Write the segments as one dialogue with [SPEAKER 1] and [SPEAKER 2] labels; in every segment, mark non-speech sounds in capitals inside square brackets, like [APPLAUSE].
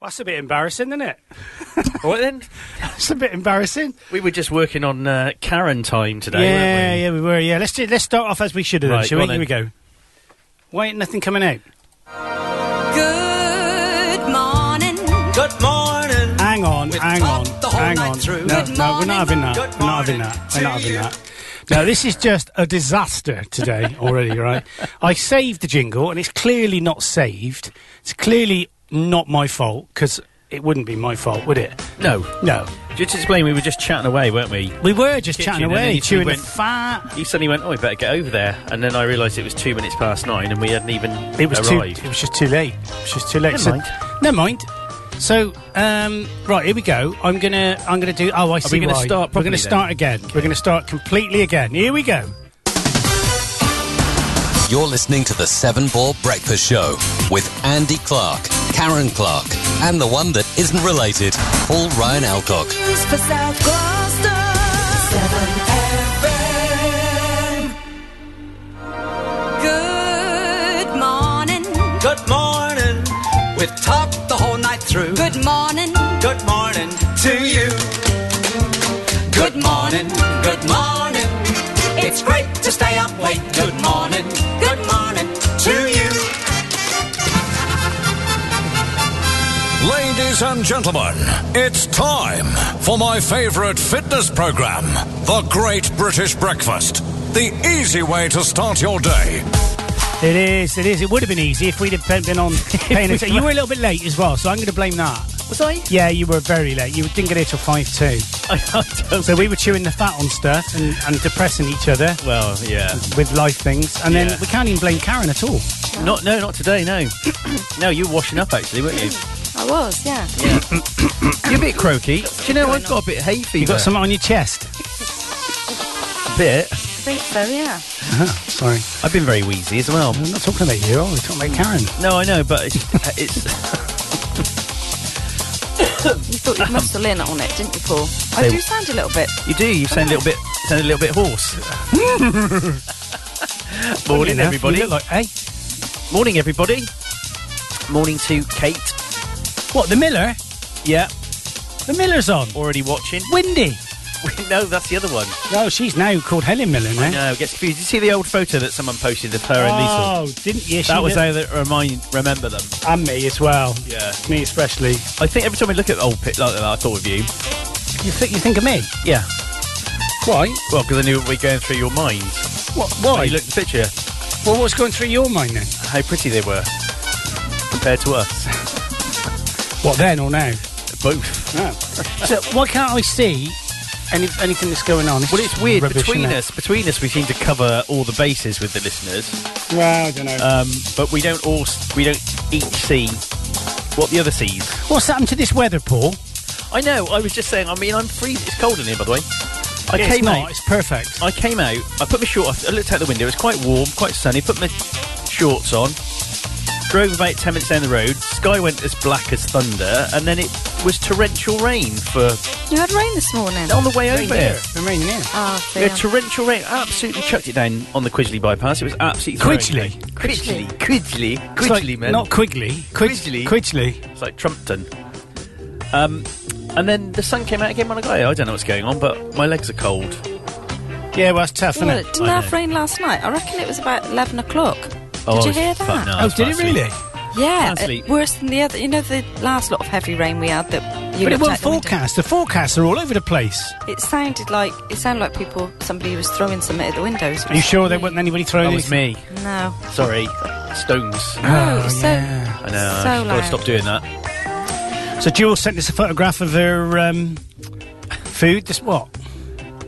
[SPEAKER 1] that's a bit embarrassing, isn't it?
[SPEAKER 2] All right then.
[SPEAKER 1] [LAUGHS] That's a bit embarrassing.
[SPEAKER 2] We were just working on uh, Karen time today,
[SPEAKER 1] yeah,
[SPEAKER 2] weren't
[SPEAKER 1] yeah, we were. Yeah, let's do, let's start off as we should have done,
[SPEAKER 2] Right,
[SPEAKER 1] shall
[SPEAKER 2] go
[SPEAKER 1] we?
[SPEAKER 2] on
[SPEAKER 1] Here we go. Wait, nothing coming out.
[SPEAKER 3] Good morning.
[SPEAKER 4] Good morning.
[SPEAKER 1] Hang on,
[SPEAKER 4] We've
[SPEAKER 1] hang on,
[SPEAKER 4] talked the whole
[SPEAKER 1] hang
[SPEAKER 4] night
[SPEAKER 1] on.
[SPEAKER 4] through.
[SPEAKER 1] No,
[SPEAKER 3] Good
[SPEAKER 1] no, we're not having that.
[SPEAKER 4] Good
[SPEAKER 1] We're not having
[SPEAKER 4] morning
[SPEAKER 1] that. We're
[SPEAKER 4] to
[SPEAKER 1] not having
[SPEAKER 4] you.
[SPEAKER 1] that. No, this is just a disaster
[SPEAKER 4] [LAUGHS]
[SPEAKER 1] today already, right? I saved the jingle and it's clearly not saved. It's clearly not my fault because it wouldn't be my fault, would it?
[SPEAKER 2] we? No.
[SPEAKER 1] No.
[SPEAKER 2] Just to explain, we were just chatting away, weren't we?
[SPEAKER 1] We were just
[SPEAKER 2] Kitchen,
[SPEAKER 1] chatting
[SPEAKER 2] and then
[SPEAKER 1] away,
[SPEAKER 2] you
[SPEAKER 1] chewing
[SPEAKER 2] went-
[SPEAKER 1] the fat.
[SPEAKER 2] You suddenly went, "Oh, we better get over there," and then I realised it was two minutes past nine, and we hadn't even
[SPEAKER 1] It was
[SPEAKER 2] arrived. [LAUGHS]
[SPEAKER 1] too. It was just too late. It was just too late.
[SPEAKER 2] Never
[SPEAKER 1] so,
[SPEAKER 2] mind.
[SPEAKER 1] Never mind. So, um, right here we go. I'm gonna. I'm gonna do. Oh, I see.
[SPEAKER 2] gonna
[SPEAKER 1] why. We're
[SPEAKER 2] start properly
[SPEAKER 1] gonna
[SPEAKER 2] then?
[SPEAKER 1] start again. We're gonna start completely again. Here we go.
[SPEAKER 5] You're listening to the Seven Ball Breakfast Show with Andy Clark, Karen Clark, and the one that isn't related, Paul Ryan Alcock.
[SPEAKER 3] News for South Gloucester. 7 FM. Good morning.
[SPEAKER 4] Good morning. We've talked the whole night through. Good,
[SPEAKER 3] Good morning.
[SPEAKER 4] morning to you. Good morning. Good morning. It's great to stay up late. Good morning. Good morning to you.
[SPEAKER 6] Ladies and gentlemen, it's time for my favorite fitness program, The Great British Breakfast. The easy way to start your day.
[SPEAKER 1] It is. It is. It would have been easy if we'd have been-
[SPEAKER 2] [LAUGHS]
[SPEAKER 1] been on. paying attention. You were a little bit late as well, so I'm going to blame that.
[SPEAKER 2] Was I?
[SPEAKER 1] Yeah, you were very late. You didn't get here till five two.
[SPEAKER 2] I
[SPEAKER 1] [LAUGHS]
[SPEAKER 2] don't.
[SPEAKER 1] So we were chewing the fat on stuff and, and depressing each other
[SPEAKER 2] Well, yeah.
[SPEAKER 1] with life things, and
[SPEAKER 2] Yeah.
[SPEAKER 1] then we can't even blame Karen at all.
[SPEAKER 2] Not no, not today. No, [COUGHS] no. You were washing up actually, weren't you?
[SPEAKER 3] I was, yeah.
[SPEAKER 2] You're a bit croaky. Do you know I've got a bit hay fever?
[SPEAKER 1] You got something on your chest.
[SPEAKER 2] bit.
[SPEAKER 3] I think so, yeah.
[SPEAKER 1] Sorry,
[SPEAKER 2] I've been very wheezy as well.
[SPEAKER 1] I'm not talking about you. I'm talking about Karen.
[SPEAKER 2] No, I know, but it's, [LAUGHS] it's
[SPEAKER 3] You thought you'd muscle in on it, didn't you, Paul? I
[SPEAKER 2] They-
[SPEAKER 3] do sound a little bit.
[SPEAKER 2] you do. You sound a little bit sound a little bit [LAUGHS] hoarse.
[SPEAKER 1] Funny
[SPEAKER 2] Morning,
[SPEAKER 1] enough,
[SPEAKER 2] everybody.
[SPEAKER 1] you look like- hey,
[SPEAKER 2] Morning, everybody. Morning to Kate.
[SPEAKER 1] what the Miller?
[SPEAKER 2] Yeah,
[SPEAKER 1] The Miller's on.
[SPEAKER 2] already [LAUGHS] watching.
[SPEAKER 1] Windy.
[SPEAKER 2] no, that's the other one.
[SPEAKER 1] No, Oh, she's now called Helen Miller now.
[SPEAKER 2] No, it gets confused. Did you see the old photo that someone posted of her and Lisa?
[SPEAKER 1] Oh, didn't you?
[SPEAKER 2] That was
[SPEAKER 1] a-
[SPEAKER 2] how that remind remember them.
[SPEAKER 1] and me as well.
[SPEAKER 2] Yeah.
[SPEAKER 1] Me especially.
[SPEAKER 2] I think every time I look at old pic like that, I thought of you.
[SPEAKER 1] You think you think of me?
[SPEAKER 2] Yeah.
[SPEAKER 1] Why?
[SPEAKER 2] Well, because I knew we were going through your mind.
[SPEAKER 1] What?
[SPEAKER 2] When
[SPEAKER 1] Why?
[SPEAKER 2] you looked at the picture,
[SPEAKER 1] well, what's going through your mind then?
[SPEAKER 2] how pretty they were compared to us.
[SPEAKER 1] What then or now?
[SPEAKER 2] [LAUGHS] Both.
[SPEAKER 1] Oh. so why can't I see any, anything that's going on?
[SPEAKER 2] Well, it's
[SPEAKER 1] just
[SPEAKER 2] weird
[SPEAKER 1] rubbish,
[SPEAKER 2] between
[SPEAKER 1] isn't it?
[SPEAKER 2] us. Between us, we seem to cover all the bases with the listeners,
[SPEAKER 1] Well, I don't know.
[SPEAKER 2] um, but we don't all s- we don't each see what the other sees.
[SPEAKER 1] What's happened to this weather, Paul?
[SPEAKER 2] I know. I was just saying. I mean, I'm freezing. It's cold in here, by the way. I
[SPEAKER 1] it's
[SPEAKER 2] came
[SPEAKER 1] not.
[SPEAKER 2] out.
[SPEAKER 1] It's perfect.
[SPEAKER 2] I came out. I put my short. I looked out the window. It was quite warm, quite sunny. Put my shorts on. Drove about ten minutes down the road. Sky went as black as thunder, and then it was torrential rain for
[SPEAKER 3] You had rain this morning.
[SPEAKER 2] on the way over here.
[SPEAKER 1] It's been raining here.
[SPEAKER 3] Oh,
[SPEAKER 2] Yeah,
[SPEAKER 3] dear.
[SPEAKER 2] torrential rain absolutely chucked it down on the Quigley bypass. It was absolutely throwing
[SPEAKER 1] Quigley?
[SPEAKER 2] it. Quigley, Quigley,
[SPEAKER 1] It's
[SPEAKER 2] Quigley,
[SPEAKER 1] like-
[SPEAKER 2] man.
[SPEAKER 1] Not Quigley.
[SPEAKER 2] Quigley.
[SPEAKER 1] Quigley.
[SPEAKER 2] It's like Trumpton. Um, and then the sun came out again when I got here. I don't know what's going on, but my legs are cold.
[SPEAKER 1] Yeah, well, that's tough, isn't
[SPEAKER 3] Well,
[SPEAKER 1] it?
[SPEAKER 3] it didn't
[SPEAKER 2] I
[SPEAKER 3] have
[SPEAKER 2] know.
[SPEAKER 3] rain last night. I reckon it was about 11 o'clock.
[SPEAKER 2] Oh,
[SPEAKER 3] Did you hear
[SPEAKER 2] fuck,
[SPEAKER 3] that?
[SPEAKER 2] no,
[SPEAKER 1] Oh,
[SPEAKER 2] it's
[SPEAKER 1] did it
[SPEAKER 2] last week.
[SPEAKER 1] really?
[SPEAKER 3] Yeah,
[SPEAKER 2] Can't
[SPEAKER 3] uh,
[SPEAKER 2] sleep.
[SPEAKER 3] worse than the other. You know the last lot of heavy rain we had that you
[SPEAKER 1] But it
[SPEAKER 3] looked
[SPEAKER 1] wasn't
[SPEAKER 3] out the window?
[SPEAKER 1] forecast. The forecasts are all over the place.
[SPEAKER 3] It sounded like it sounded like people somebody was throwing something at the windows.
[SPEAKER 1] Are you sure Oh, there wasn't anybody throwing
[SPEAKER 2] That was me.
[SPEAKER 3] No.
[SPEAKER 2] Sorry. Stones.
[SPEAKER 3] No, it's so
[SPEAKER 2] I know.
[SPEAKER 3] So
[SPEAKER 2] I've got
[SPEAKER 3] loud.
[SPEAKER 2] to stop doing that.
[SPEAKER 1] So Jewel sent us a photograph of her um, food. This what?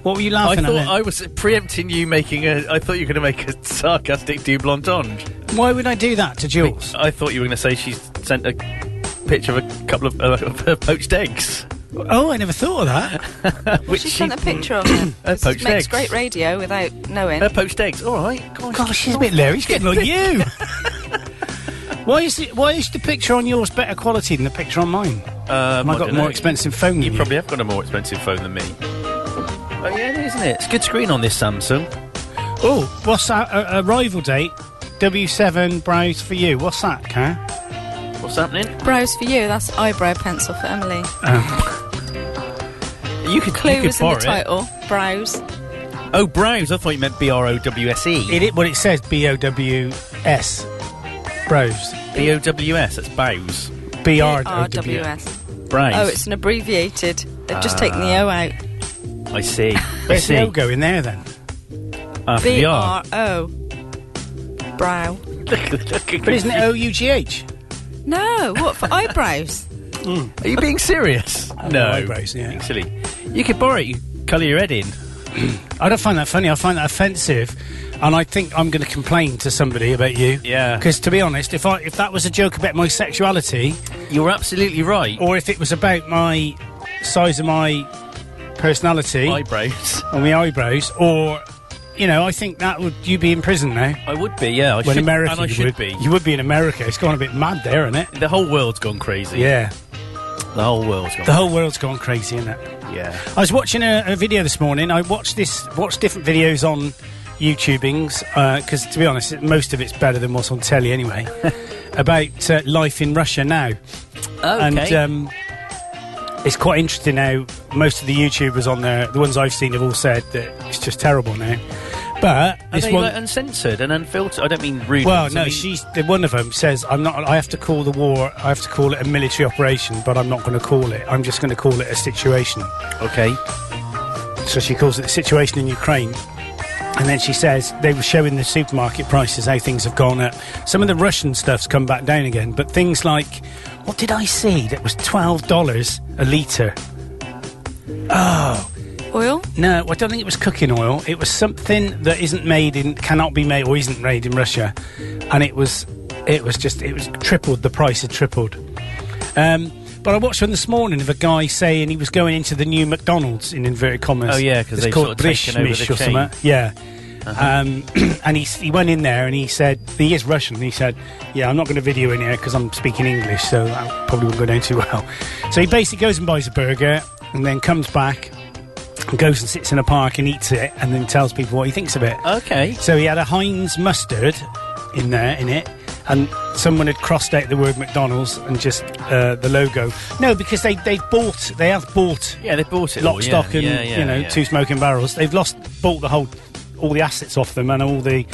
[SPEAKER 1] What were you
[SPEAKER 2] I
[SPEAKER 1] laughing
[SPEAKER 2] thought
[SPEAKER 1] at?
[SPEAKER 2] I was preempting you making a. I thought you were going to make a [LAUGHS] sarcastic double entendre.
[SPEAKER 1] Why would I do that to Jules?
[SPEAKER 2] I thought you were going to say she sent a picture of a couple of, uh, [LAUGHS] of her poached eggs.
[SPEAKER 1] Oh, I never thought of
[SPEAKER 2] [LAUGHS]
[SPEAKER 1] that.
[SPEAKER 2] Which
[SPEAKER 3] She sent a picture of him.
[SPEAKER 1] [COUGHS]
[SPEAKER 2] Her
[SPEAKER 3] This
[SPEAKER 2] poached
[SPEAKER 3] makes
[SPEAKER 2] eggs.
[SPEAKER 3] great radio without knowing.
[SPEAKER 2] Her
[SPEAKER 1] Uh,
[SPEAKER 2] poached eggs. All right. Gosh.
[SPEAKER 1] Gosh, she's a bit leery. She's getting like
[SPEAKER 2] [LAUGHS]
[SPEAKER 1] you. why is it, why is the picture on yours better quality than the picture on mine?
[SPEAKER 2] Um,
[SPEAKER 1] Have I
[SPEAKER 2] I
[SPEAKER 1] got
[SPEAKER 2] don't
[SPEAKER 1] more
[SPEAKER 2] know.
[SPEAKER 1] expensive phone? than
[SPEAKER 2] You probably have got a more expensive phone than me. Oh yeah, it is, isn't it? It's a good screen on this Samsung.
[SPEAKER 1] Oh, what's that? A- arrival date? W7 browse for you. What's that, Car?
[SPEAKER 2] What's What's happening?
[SPEAKER 3] Brows for you, that's eyebrow pencil for Emily.
[SPEAKER 2] You could
[SPEAKER 3] Clue
[SPEAKER 2] you could
[SPEAKER 3] was in
[SPEAKER 2] borrow
[SPEAKER 3] the title. Brows.
[SPEAKER 2] It. Oh, brows. I thought you meant B R O W S E.
[SPEAKER 1] It, it, well, it says B O W S. Bros.
[SPEAKER 2] B O W S. That's bows.
[SPEAKER 1] B R O W S. Uh,
[SPEAKER 3] R-W-S.
[SPEAKER 2] Brows.
[SPEAKER 3] Oh, it's an abbreviated. They've just taken the O out.
[SPEAKER 2] I see.
[SPEAKER 1] [LAUGHS]
[SPEAKER 2] I
[SPEAKER 1] There's
[SPEAKER 2] see. Ah,
[SPEAKER 1] no go in there then.
[SPEAKER 2] After the R.
[SPEAKER 3] B-R-O. Brow.
[SPEAKER 1] But isn't it O U G H?
[SPEAKER 3] No, what, for eyebrows?
[SPEAKER 2] Are you
[SPEAKER 1] [LAUGHS]
[SPEAKER 2] being serious? No.
[SPEAKER 1] Eyebrows, yeah.
[SPEAKER 2] Being silly. You could borrow it. You colour your head in.
[SPEAKER 1] I don't find that funny. I find that offensive, and I think I'm going to complain to somebody about you.
[SPEAKER 2] Yeah.
[SPEAKER 1] Because to be honest, if I if that was a joke about my sexuality,
[SPEAKER 2] You're absolutely right.
[SPEAKER 1] or if it was about my size of my personality
[SPEAKER 2] Eyebrows.
[SPEAKER 1] or my eyebrows, or you know, I think that would you be in prison now.
[SPEAKER 2] I would be. Yeah. I
[SPEAKER 1] Well,
[SPEAKER 2] should,
[SPEAKER 1] in America,
[SPEAKER 2] and I
[SPEAKER 1] you
[SPEAKER 2] should
[SPEAKER 1] would
[SPEAKER 2] be.
[SPEAKER 1] You would be in America. It's gone a bit mad there, isn't it?
[SPEAKER 2] The whole world's gone crazy.
[SPEAKER 1] Yeah.
[SPEAKER 2] The whole world's gone.
[SPEAKER 1] The whole world's gone crazy, isn't it?
[SPEAKER 2] yeah.
[SPEAKER 1] I was watching a, a video this morning. I watched this, watched different videos on YouTubings because, to be honest, it- most of it's better than what's on telly
[SPEAKER 2] [LAUGHS]
[SPEAKER 1] anyway. about uh, life in Russia now,
[SPEAKER 2] Okay.
[SPEAKER 1] and um, it's quite interesting how most of the YouTubers on there, the ones I've seen, have all said that it's just terrible now. But
[SPEAKER 2] Are
[SPEAKER 1] this
[SPEAKER 2] they
[SPEAKER 1] one,
[SPEAKER 2] like, uncensored and unfiltered? I don't mean rude.
[SPEAKER 1] well,
[SPEAKER 2] ones, I
[SPEAKER 1] no,
[SPEAKER 2] mean-
[SPEAKER 1] she's the one of them says I'm not. I have to call the war. I have to call it a military operation, but I'm not going to call it. I'm just going to call it a situation.
[SPEAKER 2] Okay.
[SPEAKER 1] So she calls it the situation in Ukraine. And then she says they were showing the supermarket prices how things have gone up. Some of the Russian stuff's come back down again, but things like what did I see that was twelve dollars a liter?
[SPEAKER 3] Oil?
[SPEAKER 1] No, I don't think it was cooking oil. It was something that isn't made in, cannot be made, or isn't made in Russia, and it was, it was just, it was tripled. The price had tripled. Um, but I watched one this morning of a guy saying he was going into the new McDonald's in inverted commas.
[SPEAKER 2] Oh, yeah, 'cause
[SPEAKER 1] It's
[SPEAKER 2] they've
[SPEAKER 1] called
[SPEAKER 2] sort of taken over
[SPEAKER 1] Brishmish
[SPEAKER 2] the
[SPEAKER 1] or
[SPEAKER 2] chain.
[SPEAKER 1] something. Yeah. Um, and he, s- he went in there and he said he is Russian. And he said, "Yeah, I'm not going to video in here because I'm speaking English, so that probably won't go down too well." So he basically goes and buys a burger and then comes back and goes and sits in a park and eats it and then tells people what he thinks of it.
[SPEAKER 2] Okay.
[SPEAKER 1] So he had a Heinz mustard in there, in it, and someone had crossed out the word McDonald's and just uh, the logo. No, because they they bought they have bought
[SPEAKER 2] Yeah, they bought it. all,
[SPEAKER 1] lock, stock,
[SPEAKER 2] yeah,
[SPEAKER 1] and
[SPEAKER 2] yeah, yeah,
[SPEAKER 1] you know
[SPEAKER 2] yeah.
[SPEAKER 1] two smoking barrels. They've lost bought the whole all the assets off them and all the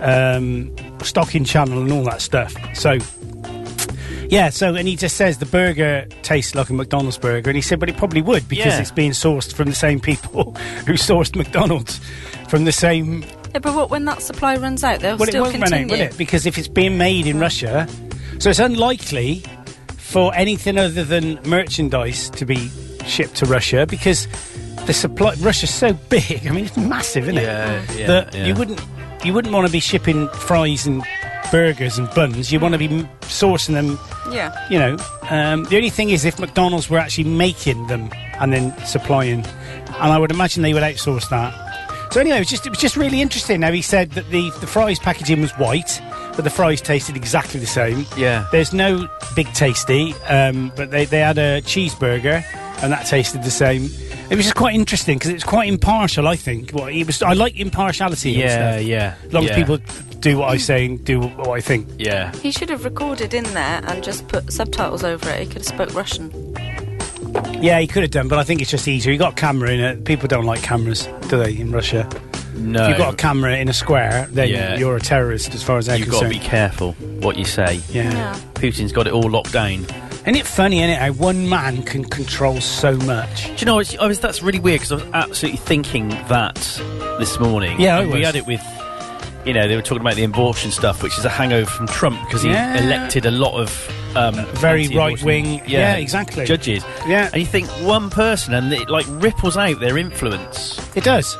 [SPEAKER 1] um, stocking channel and all that stuff. So. Yeah, so and he just says the burger tastes like a McDonald's burger, and he said, but it probably would because
[SPEAKER 2] Yeah.
[SPEAKER 1] it's being sourced from the same people [LAUGHS] who sourced McDonald's from the same
[SPEAKER 3] Yeah, but what, when that supply runs out, they'll
[SPEAKER 1] well, it
[SPEAKER 3] still
[SPEAKER 1] won't run
[SPEAKER 3] continue.
[SPEAKER 1] out, will it? Because if it's being made in Russia, so it's unlikely for anything other than merchandise to be shipped to Russia because the supply Russia's so big. I mean, it's massive, isn't
[SPEAKER 2] Yeah,
[SPEAKER 1] it?
[SPEAKER 2] yeah,
[SPEAKER 1] that
[SPEAKER 2] yeah.
[SPEAKER 1] you wouldn't you wouldn't want to be shipping fries and burgers and buns. You want to be m- sourcing them.
[SPEAKER 3] Yeah.
[SPEAKER 1] You know, um, the only thing is if McDonald's were actually making them and then supplying, and I would imagine they would outsource that. So anyway, it was just it was just really interesting. Now he said that the the fries packaging was white, but the fries tasted exactly the same.
[SPEAKER 2] Yeah.
[SPEAKER 1] There's no big tasty, um, but they, they had a cheeseburger, and that tasted the same. It was just quite interesting because it's quite impartial. I think. Well, it was. I like impartiality. and
[SPEAKER 2] Yeah,
[SPEAKER 1] stuff.
[SPEAKER 2] yeah,
[SPEAKER 1] As long
[SPEAKER 2] yeah.
[SPEAKER 1] as people do what I say and do what I think.
[SPEAKER 2] Yeah.
[SPEAKER 3] He should have recorded in there and just put subtitles over it. He could have spoke Russian.
[SPEAKER 1] Yeah, he could have done, but I think it's just easier. You got a camera in it. People don't like cameras, do they? In Russia,
[SPEAKER 2] No.
[SPEAKER 1] if you've got a camera in a square, then
[SPEAKER 2] Yeah.
[SPEAKER 1] you're a terrorist, as far as I'm
[SPEAKER 2] You've got to
[SPEAKER 1] concerned.
[SPEAKER 2] be careful what you say.
[SPEAKER 3] Yeah.
[SPEAKER 2] Putin's got it all locked down. Do
[SPEAKER 1] Isn't it funny, innit, how one man can control so much?
[SPEAKER 2] you know? It's, I was. That's really weird because I was absolutely thinking that this morning.
[SPEAKER 1] Yeah, I
[SPEAKER 2] And we
[SPEAKER 1] was.
[SPEAKER 2] had it with. You know, they were talking about the abortion stuff, which is a hangover from Trump because he
[SPEAKER 1] Yeah.
[SPEAKER 2] elected a lot of um,
[SPEAKER 1] Very
[SPEAKER 2] anti-abortion-
[SPEAKER 1] right-wing- yeah, exactly.
[SPEAKER 2] Judges.
[SPEAKER 1] Yeah.
[SPEAKER 2] and you think one person and it like ripples out their influence.
[SPEAKER 1] It does.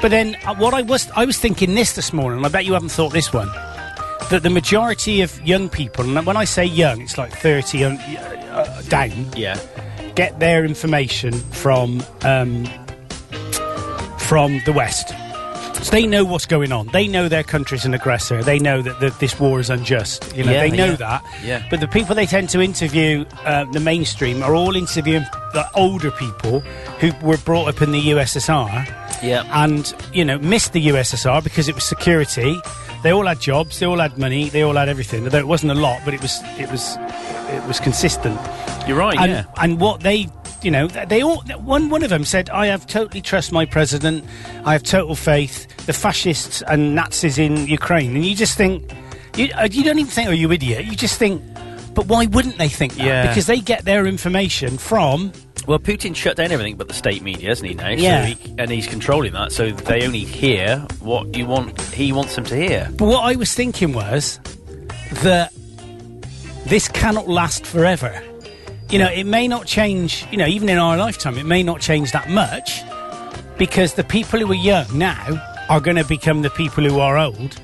[SPEAKER 1] But then, uh, what I was I was thinking this this morning, and I bet you haven't thought this one, that the majority of young people, and when I say young, it's like 30 and uh, uh, down,
[SPEAKER 2] Yeah,
[SPEAKER 1] get their information from um, from the West. So they know what's going on. They know their country's an aggressor. They know that, that this war is unjust. You know,
[SPEAKER 2] Yeah,
[SPEAKER 1] they know
[SPEAKER 2] yeah.
[SPEAKER 1] that.
[SPEAKER 2] Yeah.
[SPEAKER 1] But the people they tend to interview, uh, the mainstream, are all interviewing the older people who were brought up in the USSR
[SPEAKER 2] yeah.
[SPEAKER 1] and you know missed the USSR because it was security. They all had jobs. They all had money. They all had everything. Although it wasn't a lot, but it was it was it was consistent.
[SPEAKER 2] You're right.
[SPEAKER 1] and,
[SPEAKER 2] yeah.
[SPEAKER 1] and what they you know th- they all th- one one of them said i have totally trust my president i have total faith the fascists and nazis in ukraine and you just think you, uh, you don't even think oh you idiot you just think but why wouldn't they think that
[SPEAKER 2] Yeah.
[SPEAKER 1] because they get their information from
[SPEAKER 2] Well, Putin shut down everything but the state media, hasn't he? Now,
[SPEAKER 1] Yeah.
[SPEAKER 2] so he, and he's controlling that, so they only hear what you want. He wants them to hear.
[SPEAKER 1] but what i was thinking was that this cannot last forever you know it may not change you know even in our lifetime it may not change that much because the people who are young now are going to become the people who are old,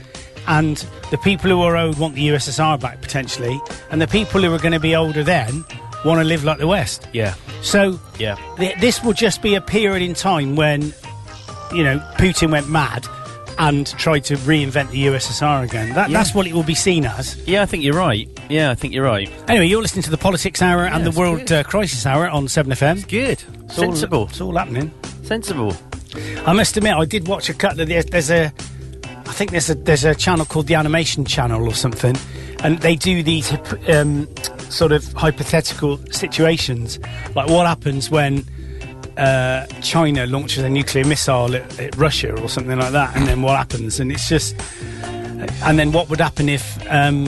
[SPEAKER 1] and the people who are old want the USSR back potentially, and the people who are going to be older then want to live like the West.
[SPEAKER 2] Yeah,
[SPEAKER 1] So
[SPEAKER 2] yeah,
[SPEAKER 1] th- this will just be a period in time when, you know, Putin went mad and tried to reinvent the USSR again. That, That's what it will be seen as.
[SPEAKER 2] yeah. I think you're right. Yeah, I think you're right.
[SPEAKER 1] Anyway, you're listening to the Politics Hour and the
[SPEAKER 2] it's
[SPEAKER 1] World
[SPEAKER 2] good.
[SPEAKER 1] uh, Crisis Hour on 7FM.
[SPEAKER 2] Good, sensible,
[SPEAKER 1] It's all happening.
[SPEAKER 2] sensible.
[SPEAKER 1] I must admit, I did watch a cut. Of the, there's a, I think there's a there's a channel called the Animation Channel or something, and they do these hyp- um, sort of hypothetical situations, like what happens when uh, China launches a nuclear missile at, at Russia or something like that, and then what happens, and it's just, and then what would happen if um,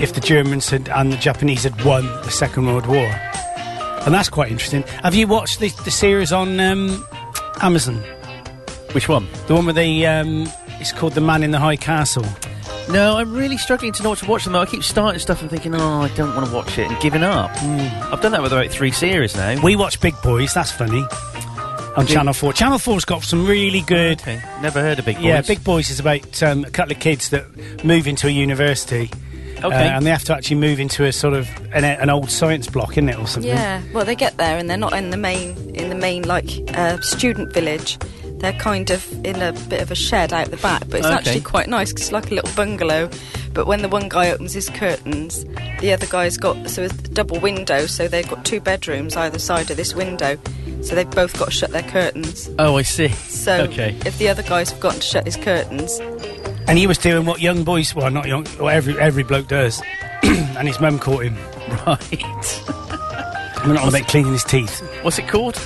[SPEAKER 1] if the Germans had, and the Japanese had won the Second World War, and that's quite interesting. Have you watched the, the series on um, Amazon?
[SPEAKER 2] Which one?
[SPEAKER 1] The one with the um, it's called the Man in the High Castle.
[SPEAKER 2] No, I'm really struggling to know what to watch them. Though I keep starting stuff and thinking, oh, I don't want to watch it, and giving up. Hmm. I've done that with about three series now.
[SPEAKER 1] We watch Big Boys. That's funny. On Channel Four. Channel Four's got some really good.
[SPEAKER 2] okay, never heard of Big Boys.
[SPEAKER 1] Yeah, Big Boys is about um, a couple of kids that move into a university.
[SPEAKER 2] Okay,
[SPEAKER 1] uh, and they have to actually move into a sort of an, an old science block, isn't it, or something?
[SPEAKER 3] Yeah. Well, they get there and they're not in the main in the main like uh, student village. They're kind of in a bit of a shed out the back, but it's
[SPEAKER 2] Okay.
[SPEAKER 3] actually quite nice 'cause it's like a little bungalow. But when the one guy opens his curtains, the other guy's got so it's a double window, so they've got two bedrooms either side of this window, so they've both got to shut their curtains.
[SPEAKER 2] oh, I see. [LAUGHS]
[SPEAKER 3] So
[SPEAKER 2] okay,
[SPEAKER 3] if the other guy's forgotten to shut his curtains,
[SPEAKER 1] And he was doing what young boys, well, not young, well, every every bloke does. [CLEARS THROAT] and his mum caught him.
[SPEAKER 2] right.
[SPEAKER 1] I'm not about cleaning his teeth.
[SPEAKER 2] What's it called?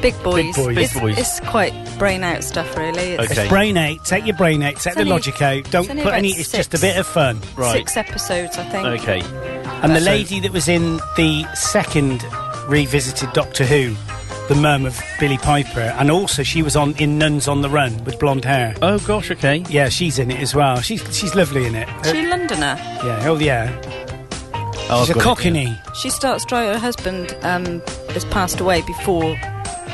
[SPEAKER 3] big boys,
[SPEAKER 1] Boys.
[SPEAKER 3] It's,
[SPEAKER 2] Big Boys.
[SPEAKER 3] it's quite brain out stuff, really. It's
[SPEAKER 2] Okay.
[SPEAKER 1] Brain out. Take your brain out. Take the
[SPEAKER 3] only-
[SPEAKER 1] logic out. Don't
[SPEAKER 3] it's only
[SPEAKER 1] put
[SPEAKER 3] about
[SPEAKER 1] any. It's just a
[SPEAKER 3] six.
[SPEAKER 1] bit of fun.
[SPEAKER 2] Right.
[SPEAKER 3] six episodes, I think.
[SPEAKER 2] Okay.
[SPEAKER 1] And the
[SPEAKER 2] So-
[SPEAKER 1] lady that was in the second revisited Doctor Who, the mum of Billy Piper, and also she was on in Nuns on the Run with blonde hair.
[SPEAKER 2] Oh gosh. Okay.
[SPEAKER 1] Yeah, she's in it as well. She's she's lovely in it. Uh,
[SPEAKER 3] She Londoner.
[SPEAKER 1] Yeah, oh yeah.
[SPEAKER 2] Oh,
[SPEAKER 1] She's
[SPEAKER 2] I've
[SPEAKER 1] a
[SPEAKER 2] got it,
[SPEAKER 1] cockney.
[SPEAKER 3] She starts dry. Her husband um, has passed away before